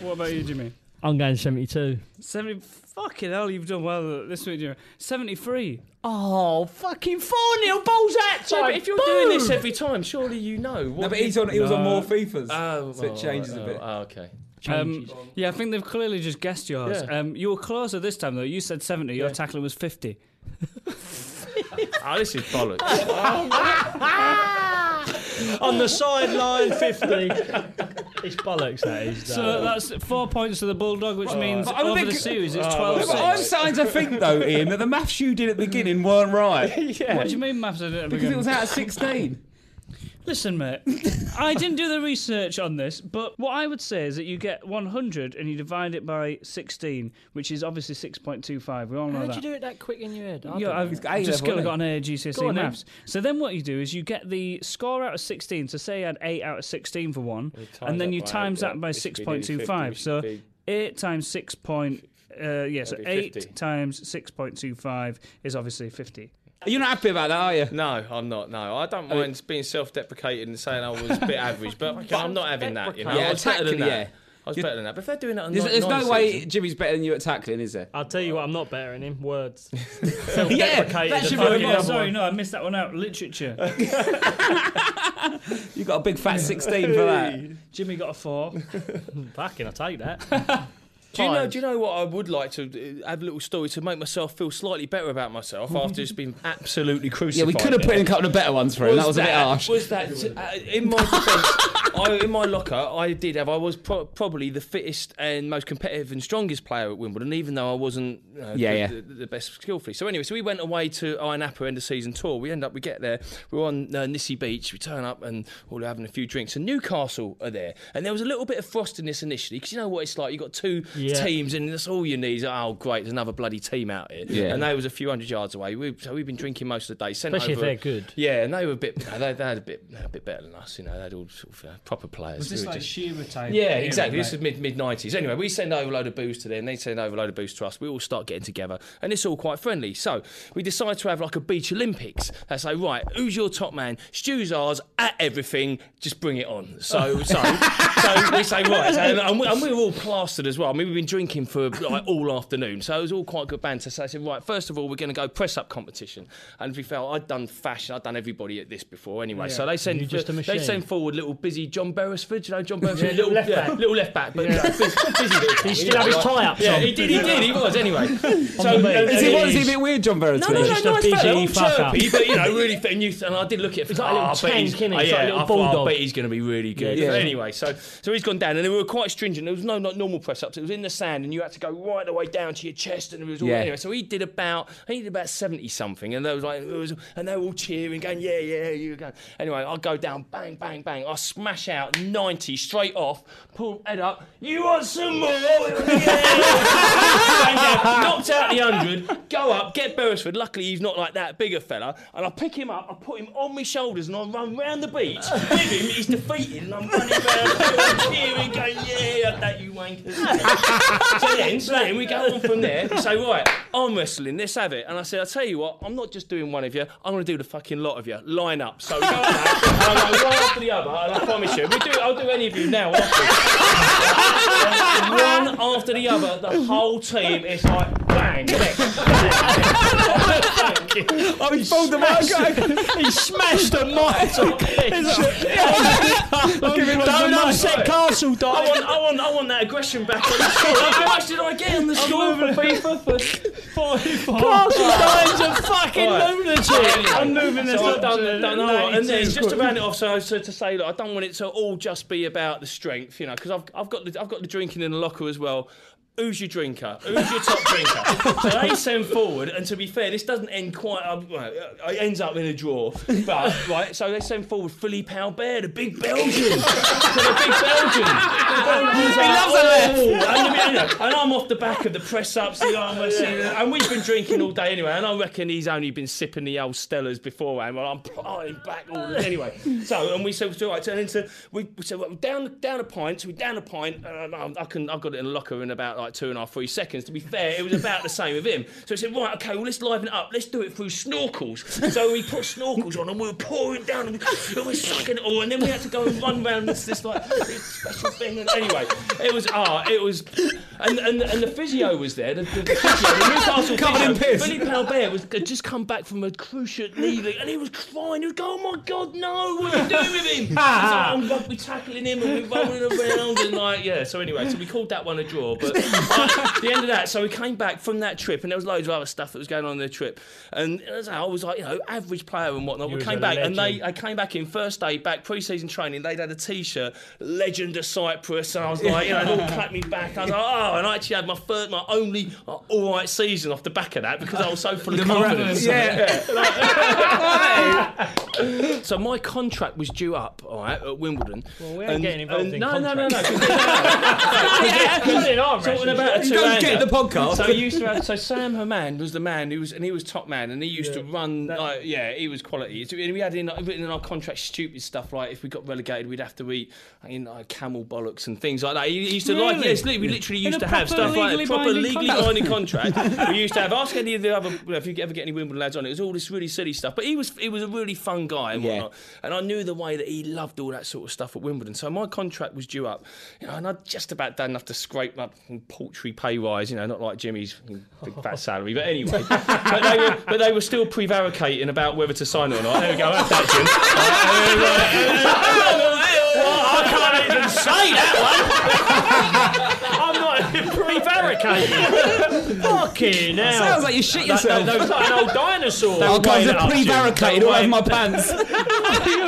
[SPEAKER 8] What about you, Jimmy?
[SPEAKER 6] I'm going 72.
[SPEAKER 8] 70. Fucking hell, you've done well this week, Jimmy. 73.
[SPEAKER 6] Oh, fucking 4 0 balls that
[SPEAKER 7] Yeah,
[SPEAKER 6] time.
[SPEAKER 7] but if you're doing this every time, surely you know. What
[SPEAKER 5] No, but he's on- he was on more FIFAs,
[SPEAKER 7] Oh,
[SPEAKER 5] so it
[SPEAKER 7] well,
[SPEAKER 5] changes a
[SPEAKER 7] oh,
[SPEAKER 5] bit.
[SPEAKER 7] oh, okay.
[SPEAKER 8] Um, yeah, I think they've clearly just guessed yours.
[SPEAKER 7] Yeah.
[SPEAKER 8] Um, you were closer this time, though. You said 70, your tackling was 50.
[SPEAKER 7] Oh, this
[SPEAKER 6] <laughs>
[SPEAKER 7] is bollocks. <laughs>
[SPEAKER 6] On the sideline, 50. it's bollocks, that is.
[SPEAKER 8] So that's four points to the Bulldog, which means
[SPEAKER 5] But I'm a
[SPEAKER 8] over
[SPEAKER 5] bit
[SPEAKER 8] the
[SPEAKER 5] c-
[SPEAKER 8] series it's
[SPEAKER 5] Oh,
[SPEAKER 8] 12
[SPEAKER 5] but I'm starting to think, though, Ian, that the maths you did at the beginning weren't right.
[SPEAKER 8] What do you mean maths I did at the
[SPEAKER 5] <laughs> Because it was
[SPEAKER 8] beginning?
[SPEAKER 5] out of 16.
[SPEAKER 8] Listen, mate, I didn't do the research on this, but what I would say is that you get 100 and you divide it by 16, which is obviously 6.25. We all know
[SPEAKER 10] How
[SPEAKER 8] that.
[SPEAKER 10] did you do it that quick in your head? I
[SPEAKER 8] Yeah,
[SPEAKER 10] don't
[SPEAKER 8] I've
[SPEAKER 10] know.
[SPEAKER 8] just got got an A at GCSE
[SPEAKER 10] Go on then.
[SPEAKER 8] E maths. So then what you do is you get the score out of 16. So say you had 8 out of 16 for one, and then
[SPEAKER 7] that
[SPEAKER 8] you
[SPEAKER 7] by-
[SPEAKER 8] times
[SPEAKER 7] yeah,
[SPEAKER 8] that by
[SPEAKER 7] it should be nearly 50,
[SPEAKER 8] 6.25.
[SPEAKER 7] it
[SPEAKER 8] So
[SPEAKER 7] should be-
[SPEAKER 8] 8 times 6. Point, uh, yeah, so
[SPEAKER 7] That'd be
[SPEAKER 8] 8
[SPEAKER 7] 50.
[SPEAKER 8] times 6.25 is obviously 50.
[SPEAKER 5] You're not happy about that, are you?
[SPEAKER 7] No, I'm not. No, I don't mind being self-deprecating and saying I was a bit
[SPEAKER 6] <laughs>
[SPEAKER 7] average, but fucking I'm not having that. You know,
[SPEAKER 5] Yeah,
[SPEAKER 7] I was better than
[SPEAKER 5] tackling,
[SPEAKER 7] that.
[SPEAKER 5] yeah.
[SPEAKER 7] I was better than that. But if they're doing it on
[SPEAKER 5] There's, there's
[SPEAKER 7] nine
[SPEAKER 5] no way Jimmy's better than you at tackling, is there?
[SPEAKER 6] I'll tell you what, I'm not better in him. Words.
[SPEAKER 5] yeah,
[SPEAKER 6] Self-deprecated
[SPEAKER 5] that
[SPEAKER 6] the
[SPEAKER 5] should be
[SPEAKER 6] fucking
[SPEAKER 5] the
[SPEAKER 6] number
[SPEAKER 5] one.
[SPEAKER 8] Oh, Sorry, no, I missed that one out. Literature.
[SPEAKER 7] <laughs>
[SPEAKER 5] You got a big fat 16 for <laughs> that.
[SPEAKER 8] Jimmy got a 4.
[SPEAKER 6] Fucking, I take
[SPEAKER 5] <laughs>
[SPEAKER 6] that.
[SPEAKER 7] Do you know? Do you know what I would like to uh, have a little story to make myself feel slightly better
[SPEAKER 6] <laughs>
[SPEAKER 7] about myself after it's been absolutely
[SPEAKER 5] Yeah,
[SPEAKER 7] crucified.
[SPEAKER 5] we could have put in
[SPEAKER 7] there?
[SPEAKER 5] a couple of better ones for him. That was a bit harsh.
[SPEAKER 7] Was that uh, in my
[SPEAKER 5] <laughs>
[SPEAKER 7] defence? I, in my locker, I did have. I was pro- probably the fittest and most competitive and strongest player at Wimbledon, even though I wasn't. You know,
[SPEAKER 5] Yeah,
[SPEAKER 7] the,
[SPEAKER 5] yeah.
[SPEAKER 7] The, the best skillfully. So anyway, so we went away to Iron Apple end of season tour. We end up, we get there, we're on uh, Nissy Beach. We turn up and oh, we're having a few drinks. And Newcastle are there, and there was a little bit of frostiness initially because you know what it's like. You have got two
[SPEAKER 6] Yeah.
[SPEAKER 7] teams, and that's all you need. is, Oh, great, there's another bloody team out here.
[SPEAKER 5] Yeah.
[SPEAKER 7] And they was a few hundred yards away. We, so we've been drinking most of the day. Sent
[SPEAKER 6] Especially if
[SPEAKER 7] over-
[SPEAKER 6] they're good.
[SPEAKER 7] yeah, and they were a bit. no, They, they had a bit, a bit better than us. You know, they had all sort of uh, proper players.
[SPEAKER 8] Was this
[SPEAKER 7] We were
[SPEAKER 8] like
[SPEAKER 7] just-
[SPEAKER 8] Shearer type?
[SPEAKER 7] yeah,
[SPEAKER 8] era,
[SPEAKER 7] exactly. This
[SPEAKER 8] like-
[SPEAKER 7] is mid mid nineties. Anyway, we send over a load of booze to them. They send over a load of booze to us. We all start getting together, and it's all quite friendly. So we decide to have like a beach Olympics. They say, right, who's your top man? Stu's ours at everything. Just bring it on.
[SPEAKER 6] <laughs>
[SPEAKER 7] So so so we say right, and, and, we, and we were all plastered as well. I mean, we've been drinking for like all afternoon, so it was all quite good banter. So I said, right, first of all, we're going to go press up competition, and we felt I'd done fashion, I'd done everybody at this before anyway.
[SPEAKER 6] Yeah.
[SPEAKER 7] So they send
[SPEAKER 6] You're just a
[SPEAKER 7] they
[SPEAKER 6] machine.
[SPEAKER 7] send forward little busy John Beresford. You know John Beresford,
[SPEAKER 6] Yeah,
[SPEAKER 7] little,
[SPEAKER 6] left
[SPEAKER 7] yeah,
[SPEAKER 6] back.
[SPEAKER 7] little left back, but <laughs> busy, busy little
[SPEAKER 6] He still
[SPEAKER 7] fella, you know,
[SPEAKER 6] had his
[SPEAKER 7] like-
[SPEAKER 6] tie-ups
[SPEAKER 7] Yeah,
[SPEAKER 6] on.
[SPEAKER 7] he did. He did. He was anyway.
[SPEAKER 6] the bench.
[SPEAKER 5] Is he, was
[SPEAKER 6] <laughs>
[SPEAKER 5] he a
[SPEAKER 6] He's-
[SPEAKER 5] bit weird, John Burrow?
[SPEAKER 7] <laughs> No, no, no,
[SPEAKER 6] Just a
[SPEAKER 7] nice fella, all
[SPEAKER 6] busy fucker.
[SPEAKER 7] chirpy, but you know, really fit. And, you, and I did look at it.
[SPEAKER 6] He's
[SPEAKER 7] for-
[SPEAKER 6] like a little
[SPEAKER 7] "Ah, I bet
[SPEAKER 6] tank,
[SPEAKER 7] he's-
[SPEAKER 6] innit?
[SPEAKER 7] ah,
[SPEAKER 6] He's like a
[SPEAKER 7] yeah,
[SPEAKER 6] little
[SPEAKER 7] I thought, I
[SPEAKER 6] bulldog."
[SPEAKER 7] bet he's going to be really good.
[SPEAKER 6] Yeah.
[SPEAKER 7] But Anyway, so so he's gone down, and they were quite stringent. There was no not normal press ups. It was in the sand, and you had to go right the way down to your chest, and it was all
[SPEAKER 5] Yeah.
[SPEAKER 7] anyway. So he did about he did about seventy something, and there was like it was, and they were all cheering, going, "Yeah, yeah, you go." Anyway, I go down, bang, bang, bang. I smash out ninety straight off, pull head up. You want some more? <laughs> Bang down, knocked out the 100, go up, get Beresford. Luckily, he's not like that big a fella. And I pick him up, I put him on my shoulders, and I run round the beach <laughs> with him. He's defeated, and I'm running round, cheering, going, yeah, that you wankers. so then, so then we go on from there. So, right, arm wrestling, let's have it. And I said, I'll tell you what, I'm not just doing one of you, I'm going to do the fucking lot of you. Line up. So we go like that, <laughs> and I'm like, one after the other, and I promise you, we do, I'll do any of you now. after one after the other, the whole team is like bang, bang, bang, bang,
[SPEAKER 10] fucking. Oh,
[SPEAKER 5] he pulled the mic
[SPEAKER 10] mic. He smashed the mic. on
[SPEAKER 6] I'll give him
[SPEAKER 10] it.
[SPEAKER 6] the
[SPEAKER 10] Don't
[SPEAKER 6] mic.
[SPEAKER 10] upset Castle,
[SPEAKER 6] I
[SPEAKER 10] darling.
[SPEAKER 6] want, I want, I want that aggression back. on the score. How much did I get on the score for FIFA? For five, five.
[SPEAKER 10] Castlestone's a fucking
[SPEAKER 6] Right.
[SPEAKER 10] lunatic.
[SPEAKER 6] I'm moving this
[SPEAKER 7] so
[SPEAKER 6] up
[SPEAKER 7] I've done,
[SPEAKER 6] to
[SPEAKER 7] done all, and then
[SPEAKER 6] 92.
[SPEAKER 7] just to round it off. So, so to say, look, I don't want it to all just be about the strength, you know, because I've, I've got the, I've got the drinking in the locker as well. Who's your drinker? Who's your top drinker?
[SPEAKER 6] <laughs>
[SPEAKER 7] so they send forward, and to be fair, this doesn't end quite. Up, well, uh, it ends up in a draw, but right. So they send forward Philippe Albert, the big Belgian, <laughs> so the big Belgian. The Belgians
[SPEAKER 6] He
[SPEAKER 7] are
[SPEAKER 6] loves that
[SPEAKER 7] all-
[SPEAKER 6] left.
[SPEAKER 7] And, you know, and I'm off the back of the press ups, the armless, and we've been drinking all day anyway. And I reckon he's only been sipping the old Stellas beforehand. Well, I'm plying back all anyway. So, and we said, all right, turn into we, we said, well, down down a pint, so we down a pint. And I, I can I got it in the locker in about like two and a half, three seconds. To be fair, it was about the same with him. So he said, right, okay, well let's liven it up. Let's do it through snorkels. So we put snorkels on and we were pouring down and, we, and we're sucking it all. And then we had to go and run round this this like this special thing. And anyway, it was ah, it was, and and and the physio was there. The, the, the physio, the Newcastle
[SPEAKER 6] Covered
[SPEAKER 7] physio,
[SPEAKER 6] in piss.
[SPEAKER 7] Philippe Albert was had just come back from a cruciate knee leak, and he was crying. He was going, "Oh my God, no! What are you doing with him?" He's like, I'm rugby tackling him and we're rolling around and like yeah. So anyway, so we called that one a draw. But at the end of that, so we came back from that trip, and there was loads of other stuff that was going on in the trip. And as I was like, you know, average player and whatnot.
[SPEAKER 6] You
[SPEAKER 7] we
[SPEAKER 6] was
[SPEAKER 7] came
[SPEAKER 6] a
[SPEAKER 7] back, and they
[SPEAKER 6] legend.
[SPEAKER 7] I came back in first day back pre-season training. They'd had a T-shirt, Legend of Cyprus, and I was like, you know, it all clapped me back. I was like, oh, and I actually had my third, my only uh, all right season off the back of that because I was so full of
[SPEAKER 6] The morale.
[SPEAKER 7] confidence.
[SPEAKER 6] Yeah.
[SPEAKER 7] Yeah. <laughs> so my contract was due up, all right, at Wimbledon.
[SPEAKER 6] Well, we ain't getting involved in
[SPEAKER 7] no, no, no, no,
[SPEAKER 6] contracts.
[SPEAKER 7] <laughs>
[SPEAKER 6] <laughs>
[SPEAKER 7] no. Talking about a
[SPEAKER 6] Go
[SPEAKER 7] two-hander.
[SPEAKER 6] get the podcast.
[SPEAKER 7] So you used to have, so Sam Herman was the man who was, and he was top man, and he used to run. like, yeah, he was quality. So, And we had in, written in our contract stupid stuff like if we got relegated, we'd have to eat you know, camel bollocks and things like that. He used to like
[SPEAKER 6] Really?
[SPEAKER 7] yes, we literally
[SPEAKER 6] In
[SPEAKER 7] used
[SPEAKER 6] a
[SPEAKER 7] to have
[SPEAKER 6] proper
[SPEAKER 7] stuff like
[SPEAKER 6] legally
[SPEAKER 7] that, proper
[SPEAKER 6] binding
[SPEAKER 7] legally
[SPEAKER 6] contract.
[SPEAKER 7] binding contract. we used to have. Ask any of the other well, if you ever get any Wimbledon lads on. It was all this really silly stuff, but he was he was a really fun guy and
[SPEAKER 5] Yeah.
[SPEAKER 7] whatnot. And I knew the way that he loved all that sort of stuff at Wimbledon. So my contract was due up, you know, and I'd just about done enough to scrape up paltry pay rise, you know, not like Jimmy's big fat salary. But anyway, but, they were, but they were still prevaricating about whether to sign it or not. There we go, have that, Jim. I can't even say that one. I'm not prevaricating.
[SPEAKER 6] Fucking hell.
[SPEAKER 5] Sounds like you shit yourself.
[SPEAKER 6] That, that, that, like an old dinosaur.
[SPEAKER 5] I'll come to prevaricating
[SPEAKER 6] <laughs>
[SPEAKER 5] all over my pants.
[SPEAKER 7] They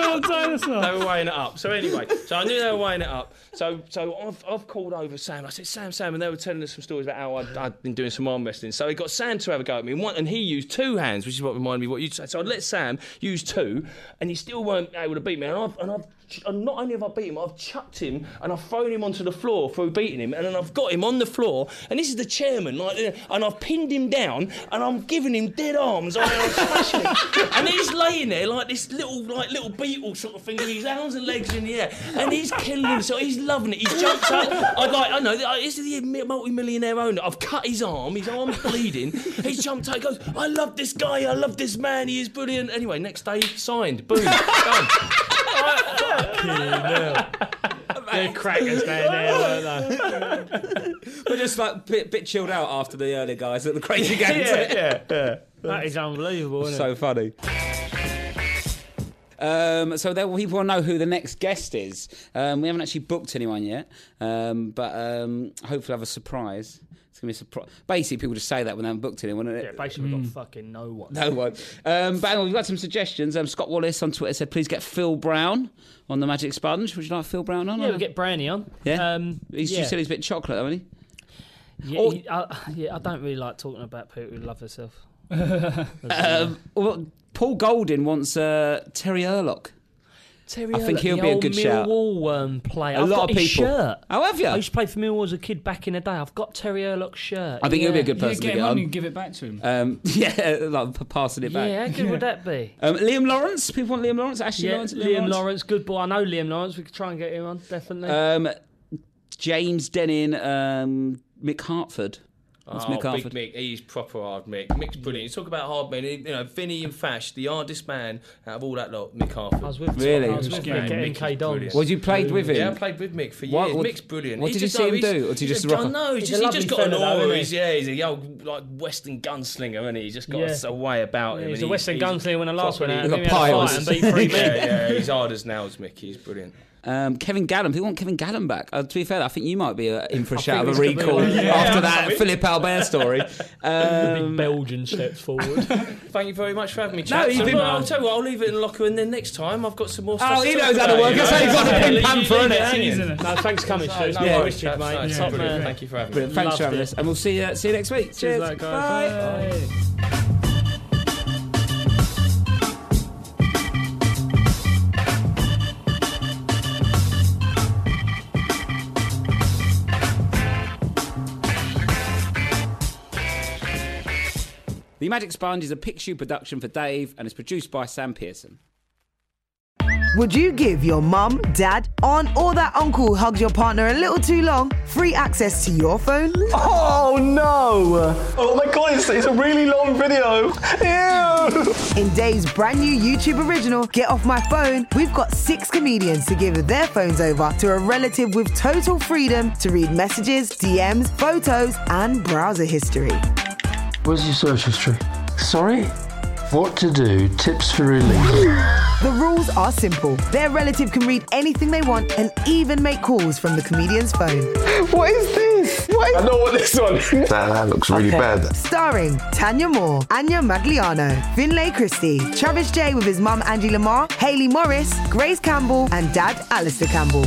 [SPEAKER 7] were weighing it up. So anyway, so I knew they were weighing it up. So so I've, I've called over Sam. I said Sam, Sam, and they were telling us some stories about how I'd, I'd been doing some arm wrestling. So he got Sam to have a go at me, and, one, and he used two hands, which is what reminded me of what you said. So I let Sam use two, and he still weren't able to beat me. And I've and I've ch- and not only have I beat him, I've chucked him and I've thrown him onto the floor through beating him, and then I've got him on the floor, and this is the chairman, like, uh, and I've pinned him down, and I'm giving him dead arms. I mean, I'm smashing him. and he's laying there like this little, like little beetle sort of thing, with his arms and legs in the air, and he's killing himself. He's loving it. He's jumped up. I like, I know uh, this is the multi-millionaire owner. I've cut his arm. His arm's bleeding. He's jumped up. He goes, I love this guy. I love this man. He is brilliant. Anyway, next day signed. Boom. Done.
[SPEAKER 5] They're
[SPEAKER 7] crackers down there, weren't
[SPEAKER 5] <laughs> We're just like bit, bit chilled out after the earlier guys at the <laughs> crazy games.
[SPEAKER 6] yeah, yeah. That is unbelievable. Isn't
[SPEAKER 5] so
[SPEAKER 6] it?
[SPEAKER 5] funny. Um, so there, people will know who the next guest is. Um, we haven't actually booked anyone yet, um, but um, hopefully have a surprise. It's gonna be a surprise. Basically, people just say that when they haven't booked anyone. Yeah,
[SPEAKER 6] Basically,
[SPEAKER 5] Mm.
[SPEAKER 6] we've got fucking no one.
[SPEAKER 5] no one. Um, but hang on, we've got some suggestions. Um, Scott Wallace on Twitter said, "Please get Phil Brown on the Magic Sponge." Would you like Phil Brown on?
[SPEAKER 6] Yeah, we get Brownie on.
[SPEAKER 5] Yeah,
[SPEAKER 6] Um,
[SPEAKER 5] he's,
[SPEAKER 6] yeah.
[SPEAKER 5] you said he's a bit chocolate, haven't he?
[SPEAKER 6] Yeah,
[SPEAKER 5] Or-
[SPEAKER 6] you- I, yeah, I don't really like talking about people who love herself.
[SPEAKER 5] um, well, Paul Golding wants uh, Terry Urlock.
[SPEAKER 6] Terry
[SPEAKER 5] I think
[SPEAKER 6] Ehrlich,
[SPEAKER 5] he'll
[SPEAKER 6] the
[SPEAKER 5] be a
[SPEAKER 6] old
[SPEAKER 5] good shout.
[SPEAKER 6] Millwall um, player.
[SPEAKER 5] A
[SPEAKER 6] I've
[SPEAKER 5] lot
[SPEAKER 6] got
[SPEAKER 5] of
[SPEAKER 6] his
[SPEAKER 5] people.
[SPEAKER 6] Shirt.
[SPEAKER 5] Oh, have ya?
[SPEAKER 6] I used to play for Millwall as a kid back in the day. I've got Terry Erlock's shirt.
[SPEAKER 5] I think he'll be a good
[SPEAKER 6] Yeah.
[SPEAKER 5] person
[SPEAKER 8] get
[SPEAKER 5] to
[SPEAKER 8] him
[SPEAKER 5] get
[SPEAKER 8] on
[SPEAKER 5] on.
[SPEAKER 8] and give it back to him.
[SPEAKER 5] Um, <laughs> yeah, like p- passing it back.
[SPEAKER 6] Yeah, how good would that be?
[SPEAKER 5] Um, Liam Lawrence. People want Liam Lawrence. Ashley
[SPEAKER 6] Yeah,
[SPEAKER 5] Lawrence. Uh,
[SPEAKER 6] Liam Lawrence. good boy. I know Liam Lawrence. We could try and get him on, definitely.
[SPEAKER 5] Um, James Denning. Um, Mick Hartford. That's
[SPEAKER 7] oh,
[SPEAKER 5] Mick Harford.
[SPEAKER 7] Big Mick, he's proper hard Mick. Mick's brilliant. You talk about hard men, you know, Vinny and Fash, the hardest man out of all that lot, Mick Harford. I was
[SPEAKER 6] with
[SPEAKER 5] Really?
[SPEAKER 6] I was with Mick at MK Dons.
[SPEAKER 5] Was you played with him?
[SPEAKER 7] Yeah, I played with Mick for years.
[SPEAKER 5] What- what-
[SPEAKER 7] Mick's brilliant.
[SPEAKER 5] what
[SPEAKER 7] He's
[SPEAKER 5] did you
[SPEAKER 7] just-
[SPEAKER 5] see
[SPEAKER 7] oh,
[SPEAKER 5] him
[SPEAKER 7] he's-
[SPEAKER 5] do, or did you
[SPEAKER 7] he's
[SPEAKER 5] just rock
[SPEAKER 7] done-
[SPEAKER 5] up?
[SPEAKER 7] No, he's
[SPEAKER 5] He's
[SPEAKER 7] just,
[SPEAKER 5] a
[SPEAKER 7] he just
[SPEAKER 5] lovely
[SPEAKER 7] got an
[SPEAKER 5] fella, though,
[SPEAKER 7] aura.
[SPEAKER 5] isn't
[SPEAKER 7] He's, yeah, he's a old like Western gunslinger, isn't he? He's just got
[SPEAKER 6] Yeah.
[SPEAKER 7] a way about
[SPEAKER 6] Yeah,
[SPEAKER 7] him.
[SPEAKER 6] he's
[SPEAKER 7] and
[SPEAKER 6] a Western
[SPEAKER 7] he's
[SPEAKER 6] gunslinger when I last went out,
[SPEAKER 7] properly-
[SPEAKER 6] I think he had a fight and beat
[SPEAKER 7] <laughs>
[SPEAKER 6] three men.
[SPEAKER 7] yeah, yeah, he's hard as nails, Mick. He's brilliant.
[SPEAKER 5] Um, Kevin Gallum, people want Kevin Gallum back. Uh, to be fair, I think you might be uh, in for a
[SPEAKER 7] I
[SPEAKER 5] shout
[SPEAKER 7] think
[SPEAKER 5] of a
[SPEAKER 7] this could be
[SPEAKER 5] recall
[SPEAKER 7] one. Yeah.
[SPEAKER 5] after that
[SPEAKER 7] Yeah.
[SPEAKER 5] Philip Albert story.
[SPEAKER 7] The
[SPEAKER 5] Um,
[SPEAKER 6] <laughs>
[SPEAKER 7] big
[SPEAKER 6] Belgian steps forward.
[SPEAKER 7] Thank you very much for having me,
[SPEAKER 5] No,
[SPEAKER 7] chaps.
[SPEAKER 5] you've
[SPEAKER 7] And
[SPEAKER 5] been-
[SPEAKER 7] well, I'll tell you what, I'll leave it in the locker, and then next time I've got some more stuff.
[SPEAKER 5] Oh,
[SPEAKER 7] to
[SPEAKER 5] he
[SPEAKER 7] talk
[SPEAKER 5] knows how to
[SPEAKER 7] about,
[SPEAKER 5] work.
[SPEAKER 7] you
[SPEAKER 5] That's
[SPEAKER 7] know?
[SPEAKER 5] how he got the
[SPEAKER 7] Yeah,
[SPEAKER 5] pin
[SPEAKER 7] leave-
[SPEAKER 5] pump
[SPEAKER 7] leave
[SPEAKER 5] for
[SPEAKER 7] it
[SPEAKER 5] it.
[SPEAKER 7] hanging.
[SPEAKER 6] No, thanks for coming, Stu.
[SPEAKER 7] No
[SPEAKER 5] Yeah.
[SPEAKER 7] worries, chaps.
[SPEAKER 6] Mate,
[SPEAKER 7] Thanks,
[SPEAKER 6] top
[SPEAKER 7] brilliant.
[SPEAKER 6] man.
[SPEAKER 7] Thank you for having me.
[SPEAKER 5] Brilliant. Thanks for having us, and we'll see you, see you next week. Cheers,
[SPEAKER 6] like,
[SPEAKER 5] Bye.
[SPEAKER 6] guys. Bye.
[SPEAKER 5] The Magic Sponge is a Pickshoe production for Dave and is produced by Sam Pearson.
[SPEAKER 2] Would you give your mum, dad, aunt, or that uncle who hugged your partner a little too long free access to your phone?
[SPEAKER 3] Oh no! Oh my god, it's, it's a really long video. Ew!
[SPEAKER 2] In Dave's brand new YouTube original, Get Off My Phone, we've got six comedians to give their phones over to a relative with total freedom to read messages, DMs, photos, and browser history.
[SPEAKER 11] Where's your search history? Sorry? What to do, tips for relief.
[SPEAKER 2] The rules are simple. Their relative can read anything they want and even make calls from the comedian's phone. What is this? What is
[SPEAKER 3] I know what this one is.
[SPEAKER 12] Nah, that looks really bad.
[SPEAKER 2] Starring Tanya Moore, Anya Magliano, Finlay Christie, Travis J with his mum Angie Lamar, Hayley Morris, Grace Campbell, and dad Alistair Campble.